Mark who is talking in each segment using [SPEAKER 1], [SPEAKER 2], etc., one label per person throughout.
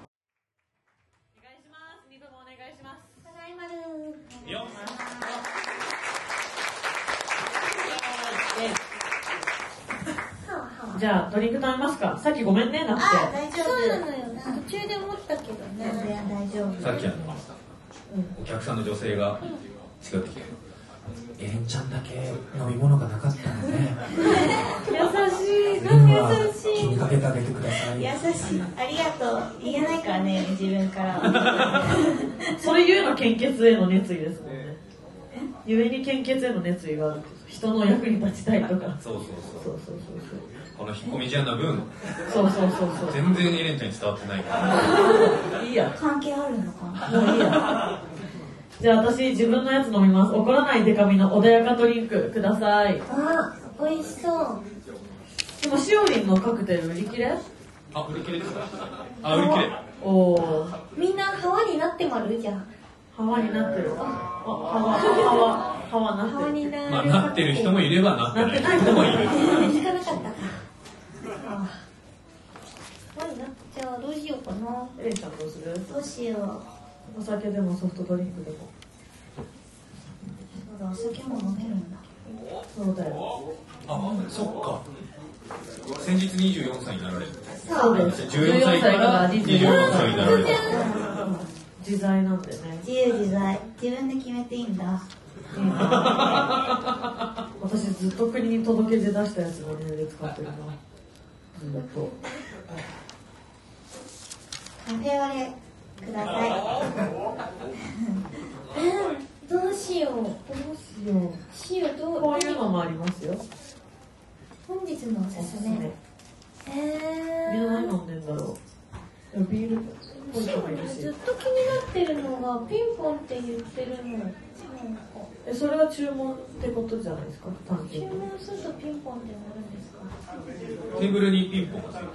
[SPEAKER 1] ます。リズムお願いします。
[SPEAKER 2] ただいまる
[SPEAKER 3] よ
[SPEAKER 1] じゃあ、ドリンク頼みますか。さっきごめんね、なって。
[SPEAKER 2] あ、大丈夫
[SPEAKER 4] そうなのよ途中で思ったけど
[SPEAKER 2] 全
[SPEAKER 4] ね
[SPEAKER 2] 然大丈夫
[SPEAKER 3] さっきあの、お客さんの女性が違ってきて、エレンちゃんだけ飲み物がなかったので、
[SPEAKER 4] 優しいなん
[SPEAKER 3] 今
[SPEAKER 4] か
[SPEAKER 3] は
[SPEAKER 4] 優し
[SPEAKER 3] 気
[SPEAKER 4] い
[SPEAKER 3] にかけてあげてください。
[SPEAKER 2] 優しいありがとう言えないからね自分からは
[SPEAKER 1] そういうの献血への熱意ですもんね。ゆえに献血への熱意がある。人の役に立ちたいとか。
[SPEAKER 3] そうそうそ。
[SPEAKER 1] そううそうそう
[SPEAKER 3] この引っ込み思案な分、
[SPEAKER 1] そう。そうそうそうそう。
[SPEAKER 3] 全然エレンちゃんに伝わってないから。
[SPEAKER 1] いいや。
[SPEAKER 2] 関係あるのかな
[SPEAKER 1] もういいや。じゃあ私自分のやつ飲みます。怒らないデカミの穏やかドリンクください。
[SPEAKER 4] あ美味しそう
[SPEAKER 1] でもしおりんのカクテル売り切れ
[SPEAKER 3] あ、売り切れですかあ、売り切れ。
[SPEAKER 1] おお。
[SPEAKER 4] みんな泡になってまるじゃん
[SPEAKER 1] 泡になってる。あ、泡、泡、泡な
[SPEAKER 4] 泡
[SPEAKER 1] ってる。
[SPEAKER 4] になる
[SPEAKER 3] まあ、なってる人もいればなってない人もいる。
[SPEAKER 4] 気づかなかったかああなじゃあどうしようかな
[SPEAKER 1] エレンちゃんどうする
[SPEAKER 4] どうしよう
[SPEAKER 1] お酒でもソフトドリンクでも。
[SPEAKER 2] そうだお酒も飲めるんだ
[SPEAKER 1] そうだよ。
[SPEAKER 3] あ、そっか。先日24歳になられる。
[SPEAKER 1] そうです。
[SPEAKER 3] 14歳から24歳になられる。
[SPEAKER 1] 自在なんでね。
[SPEAKER 2] 自由自在自分で決めていいんだ
[SPEAKER 1] いいな私ずっと国に届け出出したやつをメールで使ってるな。ずっと。
[SPEAKER 2] カフェオレください
[SPEAKER 4] うんどうしよう
[SPEAKER 1] どうしよう。
[SPEAKER 4] しようどう
[SPEAKER 1] こういうのもありますよ。
[SPEAKER 4] 本日のおすすめえ
[SPEAKER 1] みんな何
[SPEAKER 4] ー
[SPEAKER 1] 飲んでんだろう。でもビールっぽい
[SPEAKER 4] そ
[SPEAKER 1] 人
[SPEAKER 4] う
[SPEAKER 1] もいる
[SPEAKER 4] ずっ
[SPEAKER 1] し。
[SPEAKER 4] と気になってるのがピンポンって言ってるのなんか
[SPEAKER 1] え、それは注文ってことじゃないですか、単
[SPEAKER 4] 注
[SPEAKER 1] 純に。
[SPEAKER 4] 文するとピンポンってなるんですか
[SPEAKER 3] テーブルにピンポンがついてる。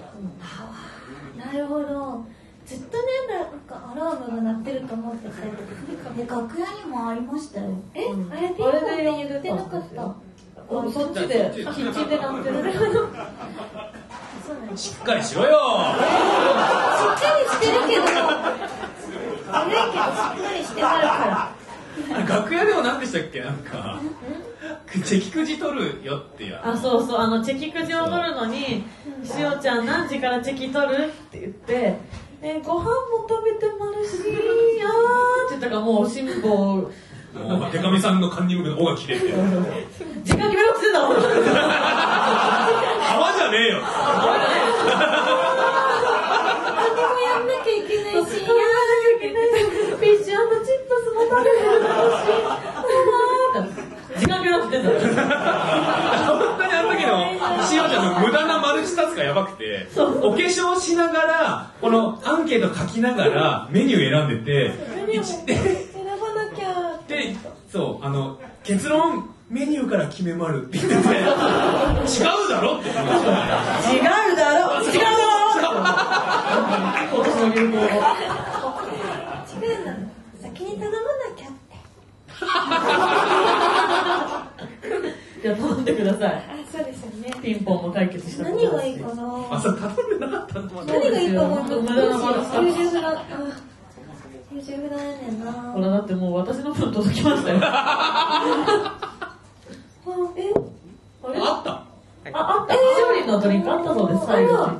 [SPEAKER 4] なるほどずっとねなんかアラームが鳴ってると思ってて
[SPEAKER 2] で楽屋にもありましたよ
[SPEAKER 4] え
[SPEAKER 1] うん
[SPEAKER 4] あれピンポンって言ってなか
[SPEAKER 1] あ
[SPEAKER 4] っ
[SPEAKER 1] れ
[SPEAKER 4] た
[SPEAKER 1] で言おそっちで、キッチンでなってる。
[SPEAKER 4] そうなんです
[SPEAKER 3] しっかりしろよ
[SPEAKER 4] しっかりしてるけど悪いけどしっかりしてはるから
[SPEAKER 3] 楽屋でも何でしたっけなんか、チェキくじ取るよってや。
[SPEAKER 1] あ、そうそう、あの、チェキくじを取るのに、しおちゃん何時からチェキ取るって言って、え、ご飯も食べてもるし、あーって言ったからもう辛抱、
[SPEAKER 3] もう、手紙さんのカンニングの尾が切れてる。
[SPEAKER 1] 時間決めろって言ってたもん。
[SPEAKER 3] 泡じゃねえよ
[SPEAKER 4] 何もやんなきゃいけないし
[SPEAKER 1] やらなきゃいけないフィッシュチップスも食べてるし時間がなくて
[SPEAKER 3] 本当にあの時の、しおちゃんの無駄なマルチタスクがやばくて、お化粧しながら、このアンケート書きながら、メニュー選んでて、一で、
[SPEAKER 4] 選ばなきゃ
[SPEAKER 3] で、そう、あの、結論、メニューから決めまるって言ってて、違うだろって言ってましたね
[SPEAKER 1] 違うだろ違うだろ今年の流行語
[SPEAKER 4] 違うな先に頼まなきゃって
[SPEAKER 1] じゃあ頼んでください
[SPEAKER 4] あそうですよね
[SPEAKER 1] ピンポンも解決したこと
[SPEAKER 4] 何
[SPEAKER 1] だし
[SPEAKER 4] がいいかな
[SPEAKER 3] あ、それ頼んでなかったんだ。
[SPEAKER 4] 何がいいかもどうし
[SPEAKER 1] 無駄な
[SPEAKER 4] よ
[SPEAKER 1] もの
[SPEAKER 4] う優柔不断あ優柔不断やねんな
[SPEAKER 1] ほらだってもう私の分届きま したよあ
[SPEAKER 4] あえあれ
[SPEAKER 3] あった
[SPEAKER 1] あった勝利のドリンクあったそうです最後に
[SPEAKER 4] あ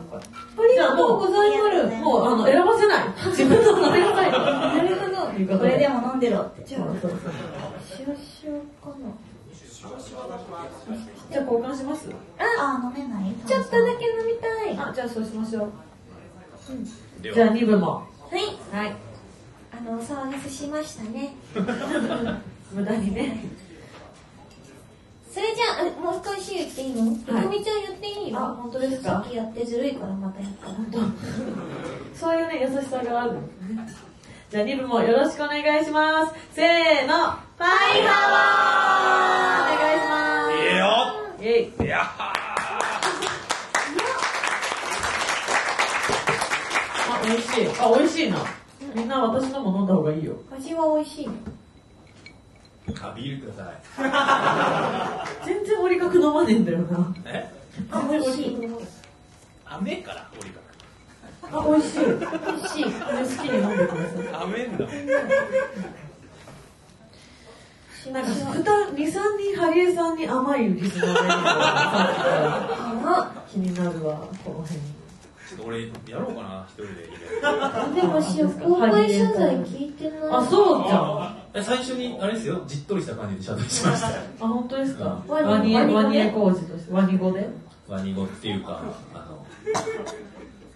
[SPEAKER 4] りがとうございま
[SPEAKER 2] じゃ
[SPEAKER 4] す
[SPEAKER 2] あ
[SPEAKER 1] もうあの選ばせない自分の飲みなさい
[SPEAKER 4] なるほど
[SPEAKER 1] いうこと
[SPEAKER 2] これでも飲んでろって
[SPEAKER 1] じゃあそうそう
[SPEAKER 4] しよしようかな
[SPEAKER 1] じゃあ交換します
[SPEAKER 2] あ飲めない
[SPEAKER 4] ちょっとだけ飲みたいは
[SPEAKER 1] あじゃあそうしましょう
[SPEAKER 3] で
[SPEAKER 1] じゃあ
[SPEAKER 3] は、
[SPEAKER 1] 2部も
[SPEAKER 4] い
[SPEAKER 1] はい
[SPEAKER 4] あのお騒がせしましたね
[SPEAKER 1] 無駄にね
[SPEAKER 4] それじゃああもう一回し言っていいの
[SPEAKER 1] はい
[SPEAKER 4] とみちゃん言っていいよ
[SPEAKER 1] あ本当ですか
[SPEAKER 4] さっきやってずるいからまたやった
[SPEAKER 1] そういうね、優しさがある。じゃあ、リブもよろしくお願いします。せーの、ファイハワーお願いし
[SPEAKER 3] ええよ
[SPEAKER 1] ます。イェイ。
[SPEAKER 3] いやは
[SPEAKER 1] あ、美味しい。あ、美味しいな。みんな私のも飲んだ方がいいよ。
[SPEAKER 4] 味は美味しいの
[SPEAKER 3] あビールください
[SPEAKER 1] 全然折り角飲まねえんだよな
[SPEAKER 3] え
[SPEAKER 1] あ
[SPEAKER 4] 美味しい。
[SPEAKER 3] 雨から折りか
[SPEAKER 1] あ美味しい美味しいこれ好きに飲んでください
[SPEAKER 3] く雨んだもん
[SPEAKER 1] なんか23人ハリエさんに甘いリスナーがいるのが気になるわこの辺
[SPEAKER 3] ちょっと俺やろうかな一人で
[SPEAKER 4] でも塩公開謝罪聞いてない。
[SPEAKER 1] あそうじゃんあ
[SPEAKER 3] え最初にあれですよじっとりした感じで謝罪しました
[SPEAKER 1] 本当ですか
[SPEAKER 4] ワニ
[SPEAKER 1] ワニワ
[SPEAKER 4] ワニ語
[SPEAKER 1] ニ
[SPEAKER 4] で
[SPEAKER 1] エ工事としてワニ語で
[SPEAKER 3] ワニ語っていうかあ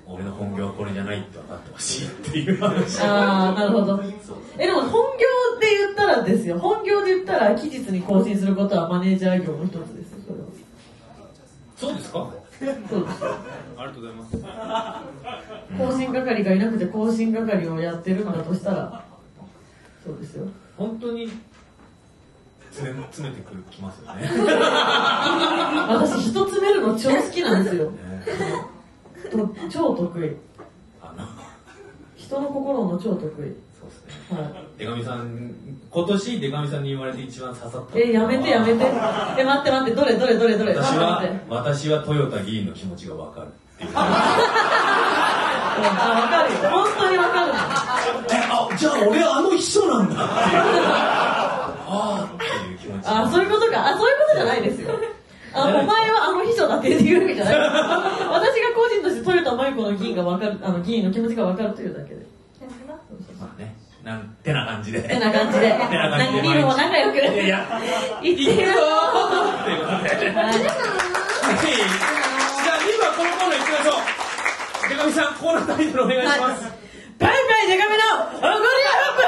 [SPEAKER 3] の俺の本業はこれじゃないって分かってほしいっていう話
[SPEAKER 1] ああなるほど
[SPEAKER 3] そう
[SPEAKER 1] えでも本業で言ったらですよ本業で言ったら期日に更新することはマネージャー業の一つですよそれは
[SPEAKER 3] そうですか
[SPEAKER 1] そうですよ
[SPEAKER 3] ありがとうございます
[SPEAKER 1] 更新係がいなくて更新係をやってるんだとしたらそうですよ
[SPEAKER 3] 本当に詰め詰めてくるきますよ ね
[SPEAKER 1] 私人詰めるの超好きなんですよ
[SPEAKER 3] ね
[SPEAKER 1] と超得意
[SPEAKER 3] あの
[SPEAKER 1] 人の心の超得意
[SPEAKER 3] そうですね
[SPEAKER 1] は
[SPEAKER 3] 出上さん今年出上さんに言われて一番刺さった
[SPEAKER 1] いえやめてやめてえ待って待ってどれどれどれどれ
[SPEAKER 3] 私
[SPEAKER 1] 待って待っ
[SPEAKER 3] は
[SPEAKER 1] て
[SPEAKER 3] 私は豊田議員の気持ちが分かるっていう
[SPEAKER 1] あわかるよ本当にわかる
[SPEAKER 3] えあじゃあ俺あの秘書なんだっていうああっていう気持ち
[SPEAKER 1] あそういうことかあそういうことじゃないですよあお前はあの秘書だっていう意味じゃない私が個人として豊田真由子の議員がわかるあの議員の気持ちがわかるというだけで
[SPEAKER 3] まあねなんてな感じで
[SPEAKER 1] てな感じで
[SPEAKER 3] てな感じで
[SPEAKER 1] 何にも仲良く
[SPEAKER 3] いやいや
[SPEAKER 1] 言ってみよう
[SPEAKER 3] ということではいじゃあ2番このコーナー行きましょう手上さんコーナータイトルお願いします、
[SPEAKER 1] バイバイデカミのおごりがフップ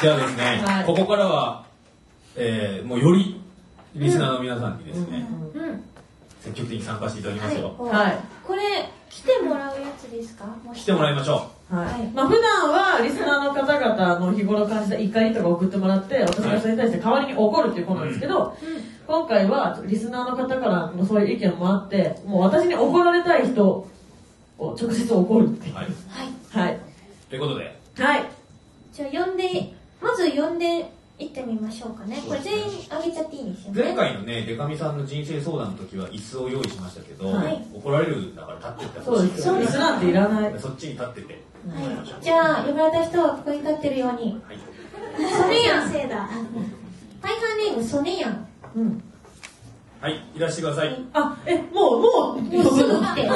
[SPEAKER 3] ではですね、
[SPEAKER 1] はい
[SPEAKER 3] ここからは、えー、もうよりリスナーの皆さんにです
[SPEAKER 4] う
[SPEAKER 3] ね、
[SPEAKER 4] ん。
[SPEAKER 3] 積極的に参加していただきましょう、
[SPEAKER 1] はい
[SPEAKER 4] これ来てもらうやつですか？もし
[SPEAKER 3] 来てもらいましょ
[SPEAKER 1] はいまあ普段はリスナーの方々の日頃感じた怒りとか送ってもらって私がそれに対して代わりに怒るっていうことなんですけど、今回はリスナーの方からのそういう意見もあってもう私に怒られたい人を直接怒るっていう
[SPEAKER 3] う、はい、
[SPEAKER 4] はい。
[SPEAKER 1] はい
[SPEAKER 3] ということで
[SPEAKER 1] はい
[SPEAKER 4] じゃあ読んでまず読んでいってみましょうかね。これ全員あげちゃっていいんですよね。
[SPEAKER 3] 前回のねデカミさんの人生相談の時は椅子を用意しましたけど、
[SPEAKER 1] はい
[SPEAKER 3] 怒られるんだから立ってって
[SPEAKER 1] そうですよリスなんていらない
[SPEAKER 3] そっちに立ってて
[SPEAKER 4] はい。じゃあ呼ばれた人はここに立ってるように。
[SPEAKER 3] はい
[SPEAKER 4] ソネヤンせいだ。パイハンネームソネヤン。
[SPEAKER 1] うん
[SPEAKER 3] はいいらしてください
[SPEAKER 1] あえもうもう
[SPEAKER 4] もうすぐ来て。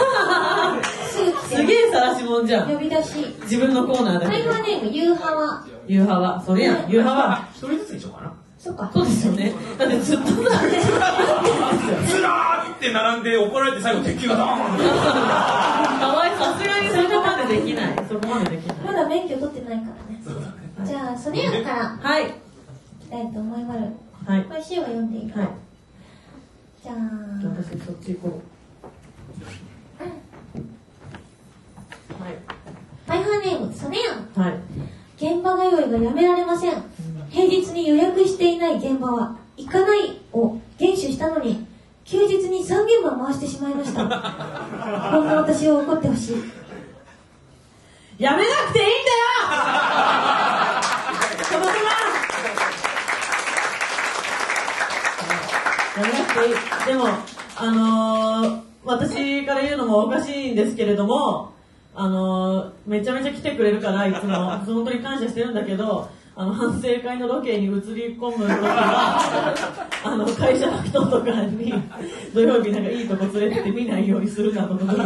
[SPEAKER 4] すぐ
[SPEAKER 1] す
[SPEAKER 4] 来
[SPEAKER 1] げ
[SPEAKER 4] て。
[SPEAKER 1] え晒しもんじゃ
[SPEAKER 4] 呼
[SPEAKER 1] ん
[SPEAKER 4] び出し。
[SPEAKER 1] 自分のコーナーだ
[SPEAKER 4] パ
[SPEAKER 1] け
[SPEAKER 4] イ
[SPEAKER 1] ど
[SPEAKER 4] ハンネーム夕派は。
[SPEAKER 1] 夕派はそれやん夕派 は
[SPEAKER 3] 一人ずつにしようかな
[SPEAKER 4] そっか。
[SPEAKER 1] そうですよねだってずっとさ
[SPEAKER 3] ずらーって並んで怒られて最後鉄球がドーン
[SPEAKER 1] かわいさすがにそこまでできないそこまでできな
[SPEAKER 4] ま
[SPEAKER 1] い
[SPEAKER 4] だ免許取ってないからね。
[SPEAKER 3] そうだね
[SPEAKER 4] じゃあソネヤンから
[SPEAKER 1] はい
[SPEAKER 4] 行きたいと思います。
[SPEAKER 1] はい
[SPEAKER 4] これシーは読んでいいか
[SPEAKER 1] は
[SPEAKER 4] ら。
[SPEAKER 1] い
[SPEAKER 4] じゃ
[SPEAKER 1] じゃあ
[SPEAKER 4] あ。
[SPEAKER 1] 私そっち行こうはい
[SPEAKER 4] パイハーネームソネヤン
[SPEAKER 1] はい
[SPEAKER 4] 現場通いがやめられません平日に予約していない現場は行かないを厳守したのに休日に3現場回してしまいましたこんな私を怒ってほしい
[SPEAKER 1] やめなくていいんだよそのままやめなくていいでもあのー、私から言うのもおかしいんですけれどもあのー、めちゃめちゃ来てくれるからいつも本当に感謝してるんだけどあの反省会のロケに移り込む時はあの会社の人とかに土曜日なんかいいとこ連れてって見ないようにするなとかした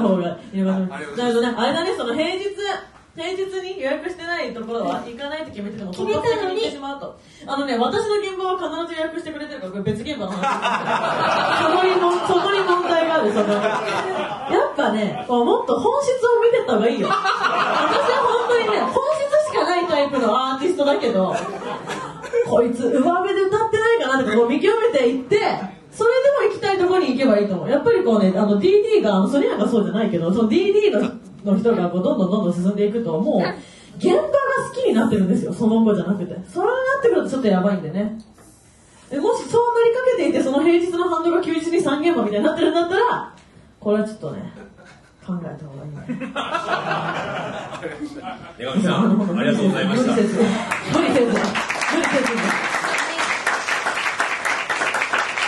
[SPEAKER 1] 方がいいのかななるほどねあれだねその平日平日に予約してないところは行かないと決めてても
[SPEAKER 4] 決めたのに
[SPEAKER 1] 突発的行ってしまうとあのね私の現場は必ず予約してくれてるからこれ別現場の話そこにもそこに問題があるそのやっぱねこうもっと本質を見てった方がいいよ私は本当にね本質しかないタイプのアーティストだけどこいつ上辺で歌ってないかなってこう見極めていってそれでも行きたいところに行けばいいと思うやっぱりこうねあの DD があのソニアがそうじゃないけどその DD のの人がこうどんどんどんどん進んでいくともう現場が好きになってるんですよその子じゃなくてそれになってくるとちょっとやばいんでねでもしそうなりかけていてその平日の反動が休日に3現場みたいになってるんだったらこれはちょっとね考えた方がいいね
[SPEAKER 3] 八神さん、ありがとうございました。
[SPEAKER 1] 無理せず。無理せず。無理せず。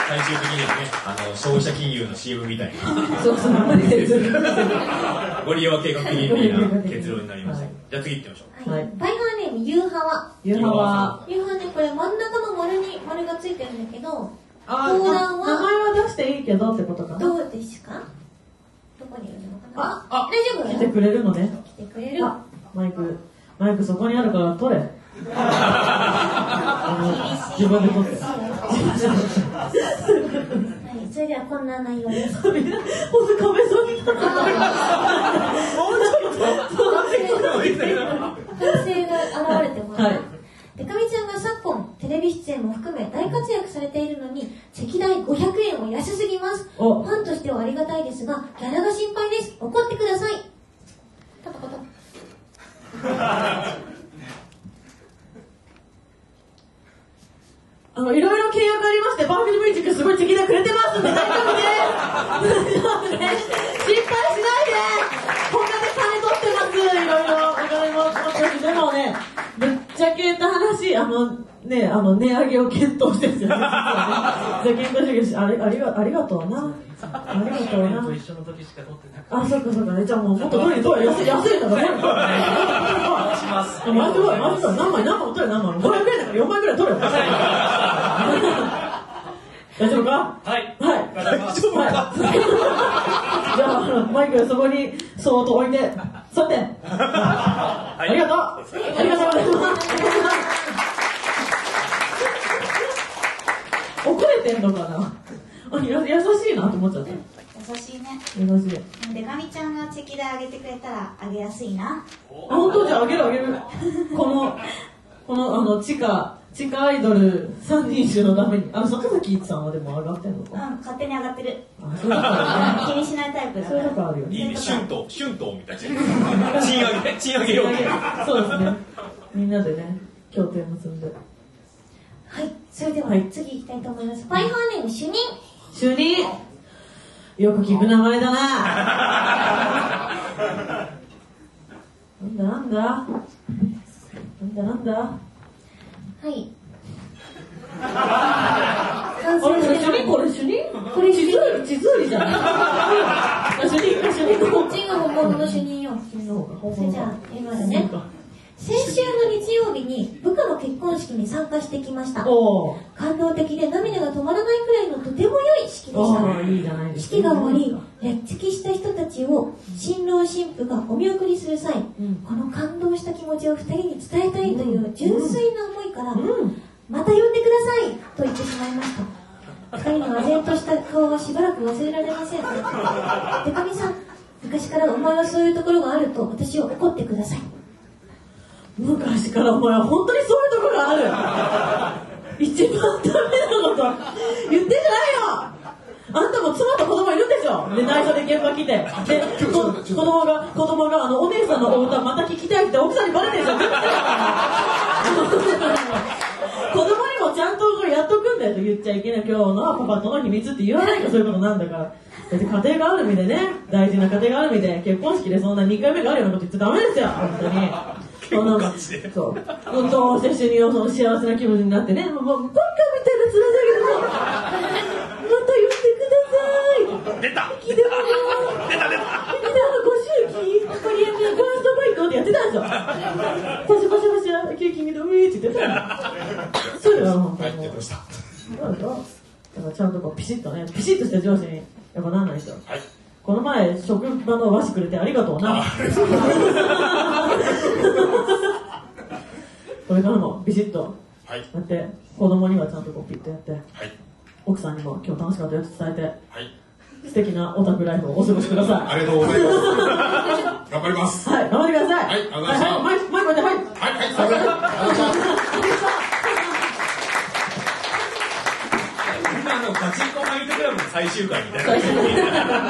[SPEAKER 3] 最終的にはね、あの、消費者金融の CM みたいな、
[SPEAKER 1] そうそう、無理せず。
[SPEAKER 3] ご利用は計画的な結論になりましたけど。じゃあ次行ってみましょ
[SPEAKER 4] は
[SPEAKER 3] う。
[SPEAKER 4] い。バイハーネーム、ユーハワ。
[SPEAKER 1] ゆうまは。
[SPEAKER 4] ユーハワね、これ真ん中の丸に丸がついてるんだけど、
[SPEAKER 1] あ
[SPEAKER 4] 講談は
[SPEAKER 1] 名前は出していいけどってことかな。
[SPEAKER 4] どうですかどこにいるのかな
[SPEAKER 1] ああ
[SPEAKER 4] 大丈
[SPEAKER 1] 来
[SPEAKER 4] 夫
[SPEAKER 1] てくれるのね。
[SPEAKER 4] 来てくれる
[SPEAKER 1] あマイク、マイクそこにあるから取れ。あの自分で取って。
[SPEAKER 4] はい、それではこんな内容です。
[SPEAKER 1] ほんと壁沿いに立って
[SPEAKER 4] 男性が現れてもらう。
[SPEAKER 1] はい
[SPEAKER 4] でかみちゃんが昨今、テレビ出演も含め大活躍されているのに、席代500円は安すぎます。フ
[SPEAKER 1] お
[SPEAKER 4] ァンとしてはありがたいですが、ギャラが心配です。怒ってください。パタパタ。
[SPEAKER 1] あの、いろいろ契約ありまして、パーフェクトミュージックすごい敵でくれてますんで、大丈夫です。大丈夫です。心配しないで。他で金取ってます。いろいろ、お金も取ってるし、でもね、ぶっちゃけた話、あの、ね、あの、値上げを検討してるんですよね。実はねじゃあ検討してるし、あれ、ありが、ありがとうな。ありがとうな。
[SPEAKER 5] と一緒の時しか撮ってなくて
[SPEAKER 1] あ、そっかそっか、ね、じゃあもうもっと取りに取れ、安い、安いんだから。
[SPEAKER 5] します
[SPEAKER 1] お前すごい、マジで何枚何枚も取れ、何枚も。500円だから4枚ぐらい取れよ。大丈夫か
[SPEAKER 5] はい
[SPEAKER 1] はい。
[SPEAKER 5] 大丈夫
[SPEAKER 1] はいじゃあ、マイクそこにそーっと置いて、座って。ありがとうありがとうございます。怒れてんのかなあや優しいなと思っちゃった。
[SPEAKER 2] 優しいね。
[SPEAKER 1] 優しい。
[SPEAKER 2] でかみちゃんがチェキ代あげてくれたらあげやすい
[SPEAKER 1] あ
[SPEAKER 2] な。
[SPEAKER 1] 本当じゃああげるあげるこのこのあの地下地下アイドル三人衆のためにあ坂崎一さんはでも上がってんの
[SPEAKER 2] うん、
[SPEAKER 1] か
[SPEAKER 2] 勝手に上がって る。
[SPEAKER 1] あそういうことあ
[SPEAKER 2] 気にしないタイプ
[SPEAKER 1] るね
[SPEAKER 2] だか
[SPEAKER 1] そういう
[SPEAKER 2] ら。
[SPEAKER 1] ことあるよね
[SPEAKER 3] いいね、春闘、春闘みたいな。賃上げ、賃上げ要件。
[SPEAKER 1] そうですねみんなでね協定結んで
[SPEAKER 4] はい、それでは次行きたいと思います。バイハーネーム主任。
[SPEAKER 1] 就任よく聞く名前だななんだなんだなんだなんだ
[SPEAKER 4] はい。 完成
[SPEAKER 1] あれ、主任これ主任これ地図売り、地図売りじゃないあ主任か、主任か。
[SPEAKER 4] こっちが本物の主任よ。
[SPEAKER 1] 君の方が本
[SPEAKER 4] それ
[SPEAKER 1] 物
[SPEAKER 4] じゃあ
[SPEAKER 1] だ、
[SPEAKER 4] 言いますね。先週の日曜日に部下の結婚式に参加してきました。
[SPEAKER 1] おお。
[SPEAKER 4] 感動的で涙が止まらないくらいのとても良い式でし
[SPEAKER 1] お
[SPEAKER 4] た
[SPEAKER 1] ー。いいじゃないですか。
[SPEAKER 4] 式が終わり、やっつきした人たちを新郎新婦がお見送りする際、
[SPEAKER 1] ん
[SPEAKER 4] この感動した気持ちを二人に伝えたいという純粋な思いから、
[SPEAKER 1] うん。
[SPEAKER 4] また呼んでくださいと言ってしまいました二人の唖然とした顔はしばらく忘れられませんでかみさん昔からお前はそういうところがあると私を怒ってください
[SPEAKER 1] 昔からお前は本当にそういうところがある。一番ダメなこと言ってんじゃないよあんたも妻と子供いるんでしょで、内緒で現場来て。で、こ子供が、子供が、あの、お姉さんのお歌また聞きたいって奥さんにバレてるじゃん。子供にもちゃんとこれやっとくんだよと言っちゃいけない今日のはパパとの秘密って言わないとそういうことなんだからだって家庭がある意味でね大事な家庭がある意味で結婚式でそんな2回目があるようなこと言っちゃダメですよ本当にそのそうどうせ主任をその幸せな気分になってねもうもうバカみたいな面だけどもうまた言ってく
[SPEAKER 3] 出
[SPEAKER 1] ださい
[SPEAKER 3] た
[SPEAKER 1] 聞いてもらう出た出たご祝儀ここにやってファーストバイトってやってたんですよパシャパシャパシャケーキングでウィーって言ってたそうだよ本当
[SPEAKER 3] 入
[SPEAKER 1] に
[SPEAKER 3] ってました。
[SPEAKER 1] そうだよだからちゃんとこうピシッとねピシッとした上司にやっぱなんないと
[SPEAKER 3] はい。
[SPEAKER 1] この前職場の和紙くれてありがとうなこれからもビシッと
[SPEAKER 3] はい。
[SPEAKER 1] やって子供にはちゃんとこうピッとやって
[SPEAKER 3] はい。
[SPEAKER 1] 奥さんにも今日楽しかったよって伝え
[SPEAKER 3] はい。
[SPEAKER 1] て素敵なオタクライフをお過ごしください
[SPEAKER 6] ありがとうございます。頑張ります。
[SPEAKER 1] はい、頑張ってください。
[SPEAKER 6] はいわかりました
[SPEAKER 1] はい、マイク、マイク待って、はい。
[SPEAKER 6] はい、はい、すいません。ありがとうございます。
[SPEAKER 3] みんなあの、ガチンコマイトクラブの最終回みたいな。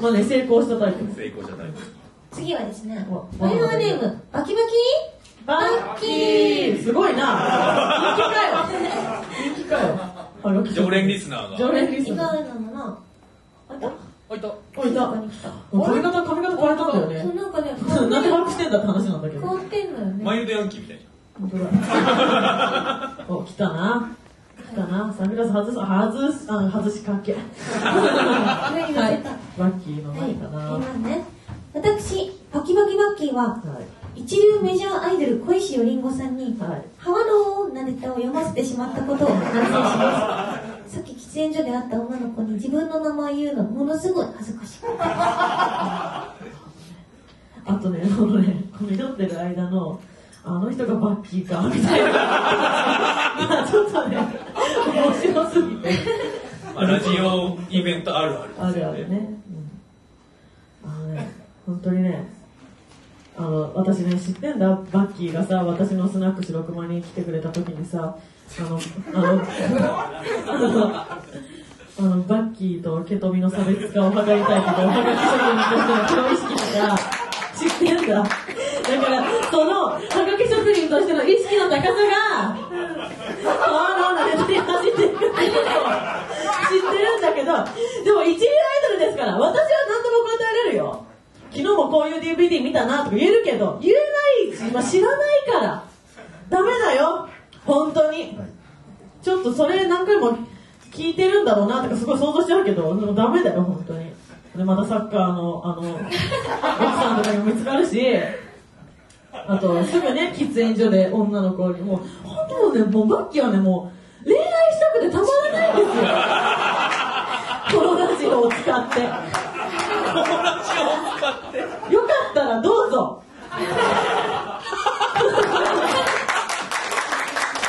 [SPEAKER 1] まあね、成功したタイプ。
[SPEAKER 3] 成功じゃない。
[SPEAKER 4] 次はですね
[SPEAKER 1] お
[SPEAKER 4] バイハーネームバキバ
[SPEAKER 1] バッキーすごいな。人気かよ。人気かよ。あガキ
[SPEAKER 3] 常連リスナーが。
[SPEAKER 1] 常連
[SPEAKER 4] キ
[SPEAKER 1] リス
[SPEAKER 4] 違う
[SPEAKER 1] ナー。
[SPEAKER 4] のものあいた
[SPEAKER 1] おいた。
[SPEAKER 4] ここに来た
[SPEAKER 1] 髪型、髪型変えたんだよ
[SPEAKER 4] そう
[SPEAKER 1] ね。
[SPEAKER 4] なんかね
[SPEAKER 1] なんなんで把握してんだって話なんだけど
[SPEAKER 4] 凍ってんのよね。
[SPEAKER 3] マイルドヤンキーみたいな。
[SPEAKER 1] 本当だお来たな来たなサングラス外す外すあ外しかけ
[SPEAKER 4] 上に乗せた。
[SPEAKER 1] は
[SPEAKER 4] はい
[SPEAKER 1] バッキーの
[SPEAKER 4] い、
[SPEAKER 1] 前かな、は、
[SPEAKER 4] 今ね。私、バキバキバッキーはい一流メジャーアイドル小石よりんごさんに、
[SPEAKER 1] はい
[SPEAKER 4] ハワローなネタを読ませてしまったことを反省し ます。さっき喫煙所で会った女の子に自分の名前言うのものすごい恥ずかしい。
[SPEAKER 1] あとね、このね、こみ取ってる間の、あの人がバッキーか、みたいな。 まあちょっとね、面白すぎて。
[SPEAKER 3] まあ、ラジオイベントあるある
[SPEAKER 1] あ
[SPEAKER 3] です
[SPEAKER 1] る
[SPEAKER 3] よ
[SPEAKER 1] ある
[SPEAKER 3] ね。
[SPEAKER 1] ね。うん、あのね、本当にね、あの、私ね、知ってんだ、バッキーがさ、私のスナック白熊に来てくれた時にさ、あの、あの、あの、あのバッキーとケトミの差別化を図りたいとか、おはがき職人としてのプロ意識とか、知ってんだ。だから、その、はがき職人としての意識の高さが、 ああ、なんだ、手に走っていくっていうのを知ってるんだけど、でも一流アイドルですから、私は何でも答えれるよ。昨日もこういう DVD 見たなとか言えるけど、言えないし、今知らないから、ダメだよ、本当に。ちょっとそれ何回も聞いてるんだろうなとかすごい想像しちゃうけど、でもダメだよ、本当に。で、またサッカーの、あの、奥さんとかにも見つかるし、あと、すぐね、喫煙所で女の子に、もう、本当もうね、もうバッキーはね、もう、恋愛したくてたまらないんですよ。このラジオを使って。よかったらどうぞ。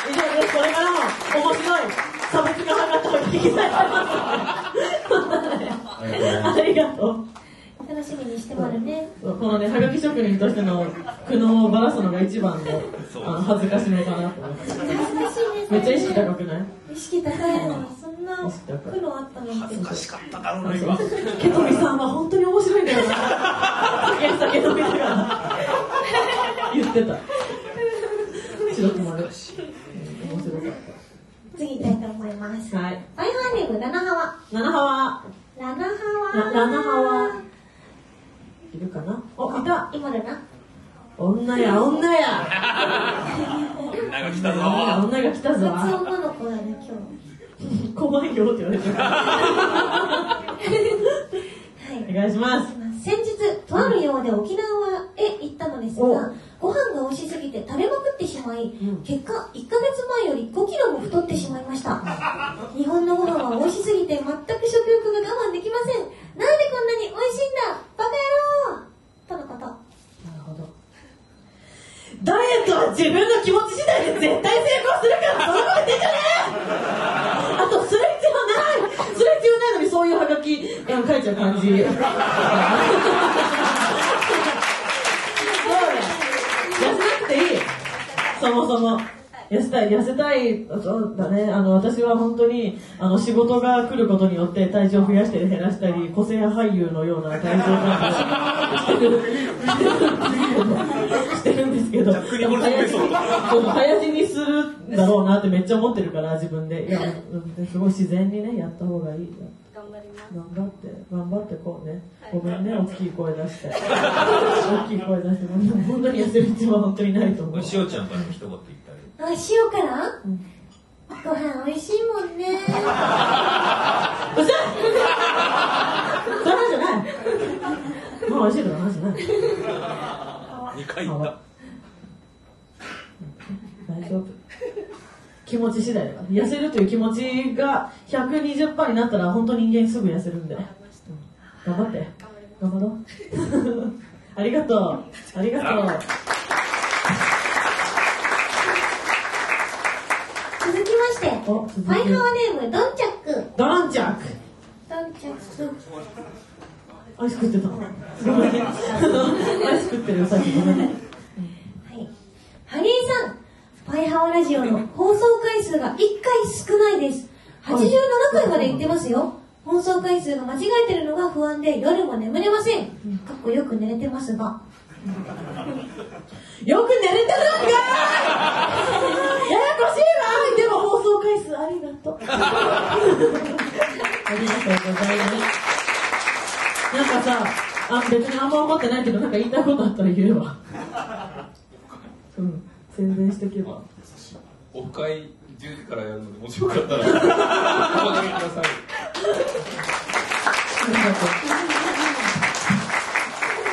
[SPEAKER 1] 以上です。これからも面白い差別がなったを聞きたいと思います。ありがとう。
[SPEAKER 4] 楽しみにしてまるね。
[SPEAKER 1] このね、はがき職人としての苦悩をばらすのが一番のあの恥ずかしめかなと思って。
[SPEAKER 4] 恥ずかしいです
[SPEAKER 1] めっちゃ意識高くない
[SPEAKER 4] 意識高いの。そんな苦労あったのって。
[SPEAKER 3] しかっただろうな、今。
[SPEAKER 1] ケトミさんは本当に面白いんだよな。竹下ケトミだから。言ってた。白くまで。うん面白かっ
[SPEAKER 4] 次行きたいと思います。
[SPEAKER 1] た。はい。
[SPEAKER 4] バイハーネーム、ラナハワ。
[SPEAKER 1] 七葉は、
[SPEAKER 4] ラナハ
[SPEAKER 1] ラ
[SPEAKER 4] ワ。
[SPEAKER 1] ラナハワ。いるかなお、いた。
[SPEAKER 4] 今だな。
[SPEAKER 1] 女や、女や。
[SPEAKER 3] 女が来たぞ。
[SPEAKER 1] 女が来た
[SPEAKER 4] 普通
[SPEAKER 1] ぞ。
[SPEAKER 4] 女の子だね、今日。
[SPEAKER 1] 怖いよって言われてる。
[SPEAKER 4] はい
[SPEAKER 1] お。願いします。
[SPEAKER 4] 先日、とある用で沖縄へ行ったのです
[SPEAKER 1] お
[SPEAKER 4] が、ご飯が美味しすぎて食べまくってしまい
[SPEAKER 1] ん、
[SPEAKER 4] 結果、1ヶ月前より5キロも太ってしまいました。日本のご飯は美味しすぎて全く食欲が我慢できません。なんでこんなに美味しいんだバカ野郎とのこと。
[SPEAKER 1] なるほど。ダイエットは自分の気持ち次第で絶対成功するから、そのこと出てねあと、する必要ないする必要ないのに、そういうハガキ、あの書いちゃう感じ。そうね。痩せなくていい。そもそも。痩せたい、痩せたい、そうだね。あの、私は本当に、あの、仕事が来ることによって体重を増やしたり減らしたり、個性派俳優のような体重管理をしてる、してるんですけど、
[SPEAKER 3] ざっくり俺のペースを
[SPEAKER 1] そう早死にするんだろうなってめっちゃ思ってるから、自分で。いや、うんすごい自然にね、やった方がいいよ。
[SPEAKER 5] 頑張ります。
[SPEAKER 1] 頑張って、頑張ってこうね。
[SPEAKER 5] はい
[SPEAKER 1] ごめんね、大きい声出して。大きい声出して、本当に痩せる必要は本当にないと思う。
[SPEAKER 3] しおちゃんからも一言言ってあげる。
[SPEAKER 4] あ、塩からご飯美味しいもんね。
[SPEAKER 1] うっしゃそんなんじゃないもう美味しいとかの話じゃない
[SPEAKER 3] 2回言った。
[SPEAKER 1] 大丈夫気持ち次第だから痩せるという気持ちが120%になったら本当人間すぐ痩せるんで頑張って
[SPEAKER 5] 頑張ります。
[SPEAKER 1] 頑張ろう ありがとうありがとう
[SPEAKER 4] 続きまして、
[SPEAKER 1] お続き
[SPEAKER 4] バイハワネーム、ドンチャック。
[SPEAKER 1] ドンチャック
[SPEAKER 4] ドンチャック。
[SPEAKER 1] アイス食ってたごめんねアイス食ってるよさっきごめんね
[SPEAKER 4] はい。ハリーさん、パイハワラジオの放送回数が1回少ないです。87回まで行ってますよ。放送回数が間違えてるのが不安で夜も眠れません。かっこよく寝れてますが。
[SPEAKER 1] よく寝れてるんかいややこしいわでも放送回数ありがとうありがとうございますなんかさあ別にあんま思ってないけどなんか言いたいことあったら言えばうん宣伝しとけば
[SPEAKER 5] オフ会10時からやるので、もしよかったら、お掛けください。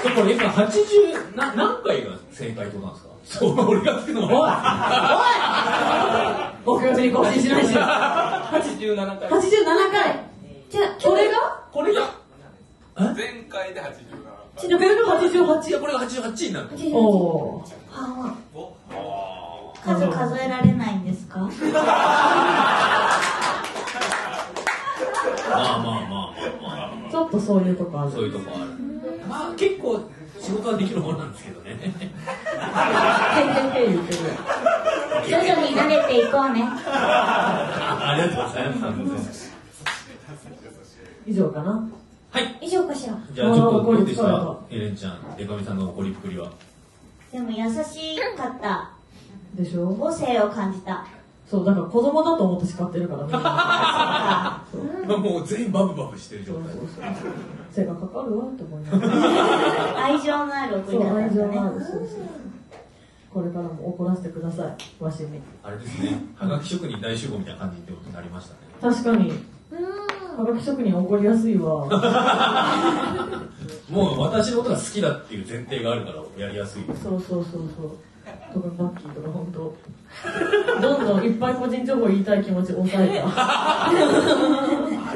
[SPEAKER 3] だから今80な何回が正解となんですかそう俺がつくの
[SPEAKER 1] おいおい
[SPEAKER 3] は
[SPEAKER 1] お別に更新しないし
[SPEAKER 5] 87回
[SPEAKER 1] 87回
[SPEAKER 4] じゃあ、
[SPEAKER 1] これが
[SPEAKER 3] これが
[SPEAKER 5] 前回で87
[SPEAKER 1] これが
[SPEAKER 3] いや
[SPEAKER 1] 88?
[SPEAKER 3] これが88になる
[SPEAKER 4] 今日、
[SPEAKER 1] おお
[SPEAKER 4] 半々。
[SPEAKER 2] 数数えられないんですか
[SPEAKER 3] まあまあまあまあま
[SPEAKER 1] ちょっとそういうとこあ
[SPEAKER 3] あ
[SPEAKER 1] る
[SPEAKER 3] そういうとこあるまあ結構仕事はできるものなんですけどね
[SPEAKER 1] てんてんてん言ってる
[SPEAKER 2] 徐々に慣れていこうね
[SPEAKER 3] ありがとうございます
[SPEAKER 1] 以上かな
[SPEAKER 3] はい
[SPEAKER 4] 以上かしら。
[SPEAKER 3] じゃあちょっ
[SPEAKER 1] あー
[SPEAKER 3] とどうでし
[SPEAKER 1] これ
[SPEAKER 3] たエレンちゃんデカミさんの怒りっぷりは
[SPEAKER 2] でも優しかった
[SPEAKER 1] でしょ
[SPEAKER 2] 母性を感じた
[SPEAKER 1] そうだから子供だと思って叱ってるからみんな
[SPEAKER 3] もう全員バブバブしてる
[SPEAKER 1] そ
[SPEAKER 3] 状
[SPEAKER 1] う
[SPEAKER 3] 態
[SPEAKER 1] そうそう背がかかるわって思いながら
[SPEAKER 2] 愛情のある送
[SPEAKER 1] そ
[SPEAKER 2] り
[SPEAKER 1] う
[SPEAKER 2] 方だ
[SPEAKER 1] 愛
[SPEAKER 2] っ
[SPEAKER 1] 情があ
[SPEAKER 2] た
[SPEAKER 1] る
[SPEAKER 2] ね
[SPEAKER 1] そうそうこれからも怒らせてくださいわしに
[SPEAKER 3] あれですねはがき職人大集合みたいな感じってことになりましたね
[SPEAKER 1] 確かにはがき職人怒りやすいわ
[SPEAKER 3] もう私のことが好きだっていう前提があるからやりやすい
[SPEAKER 1] そうそうそうそう特にラッキーとか本当どんどんいっぱい個人情報言いたい気持ち抑えた
[SPEAKER 3] あ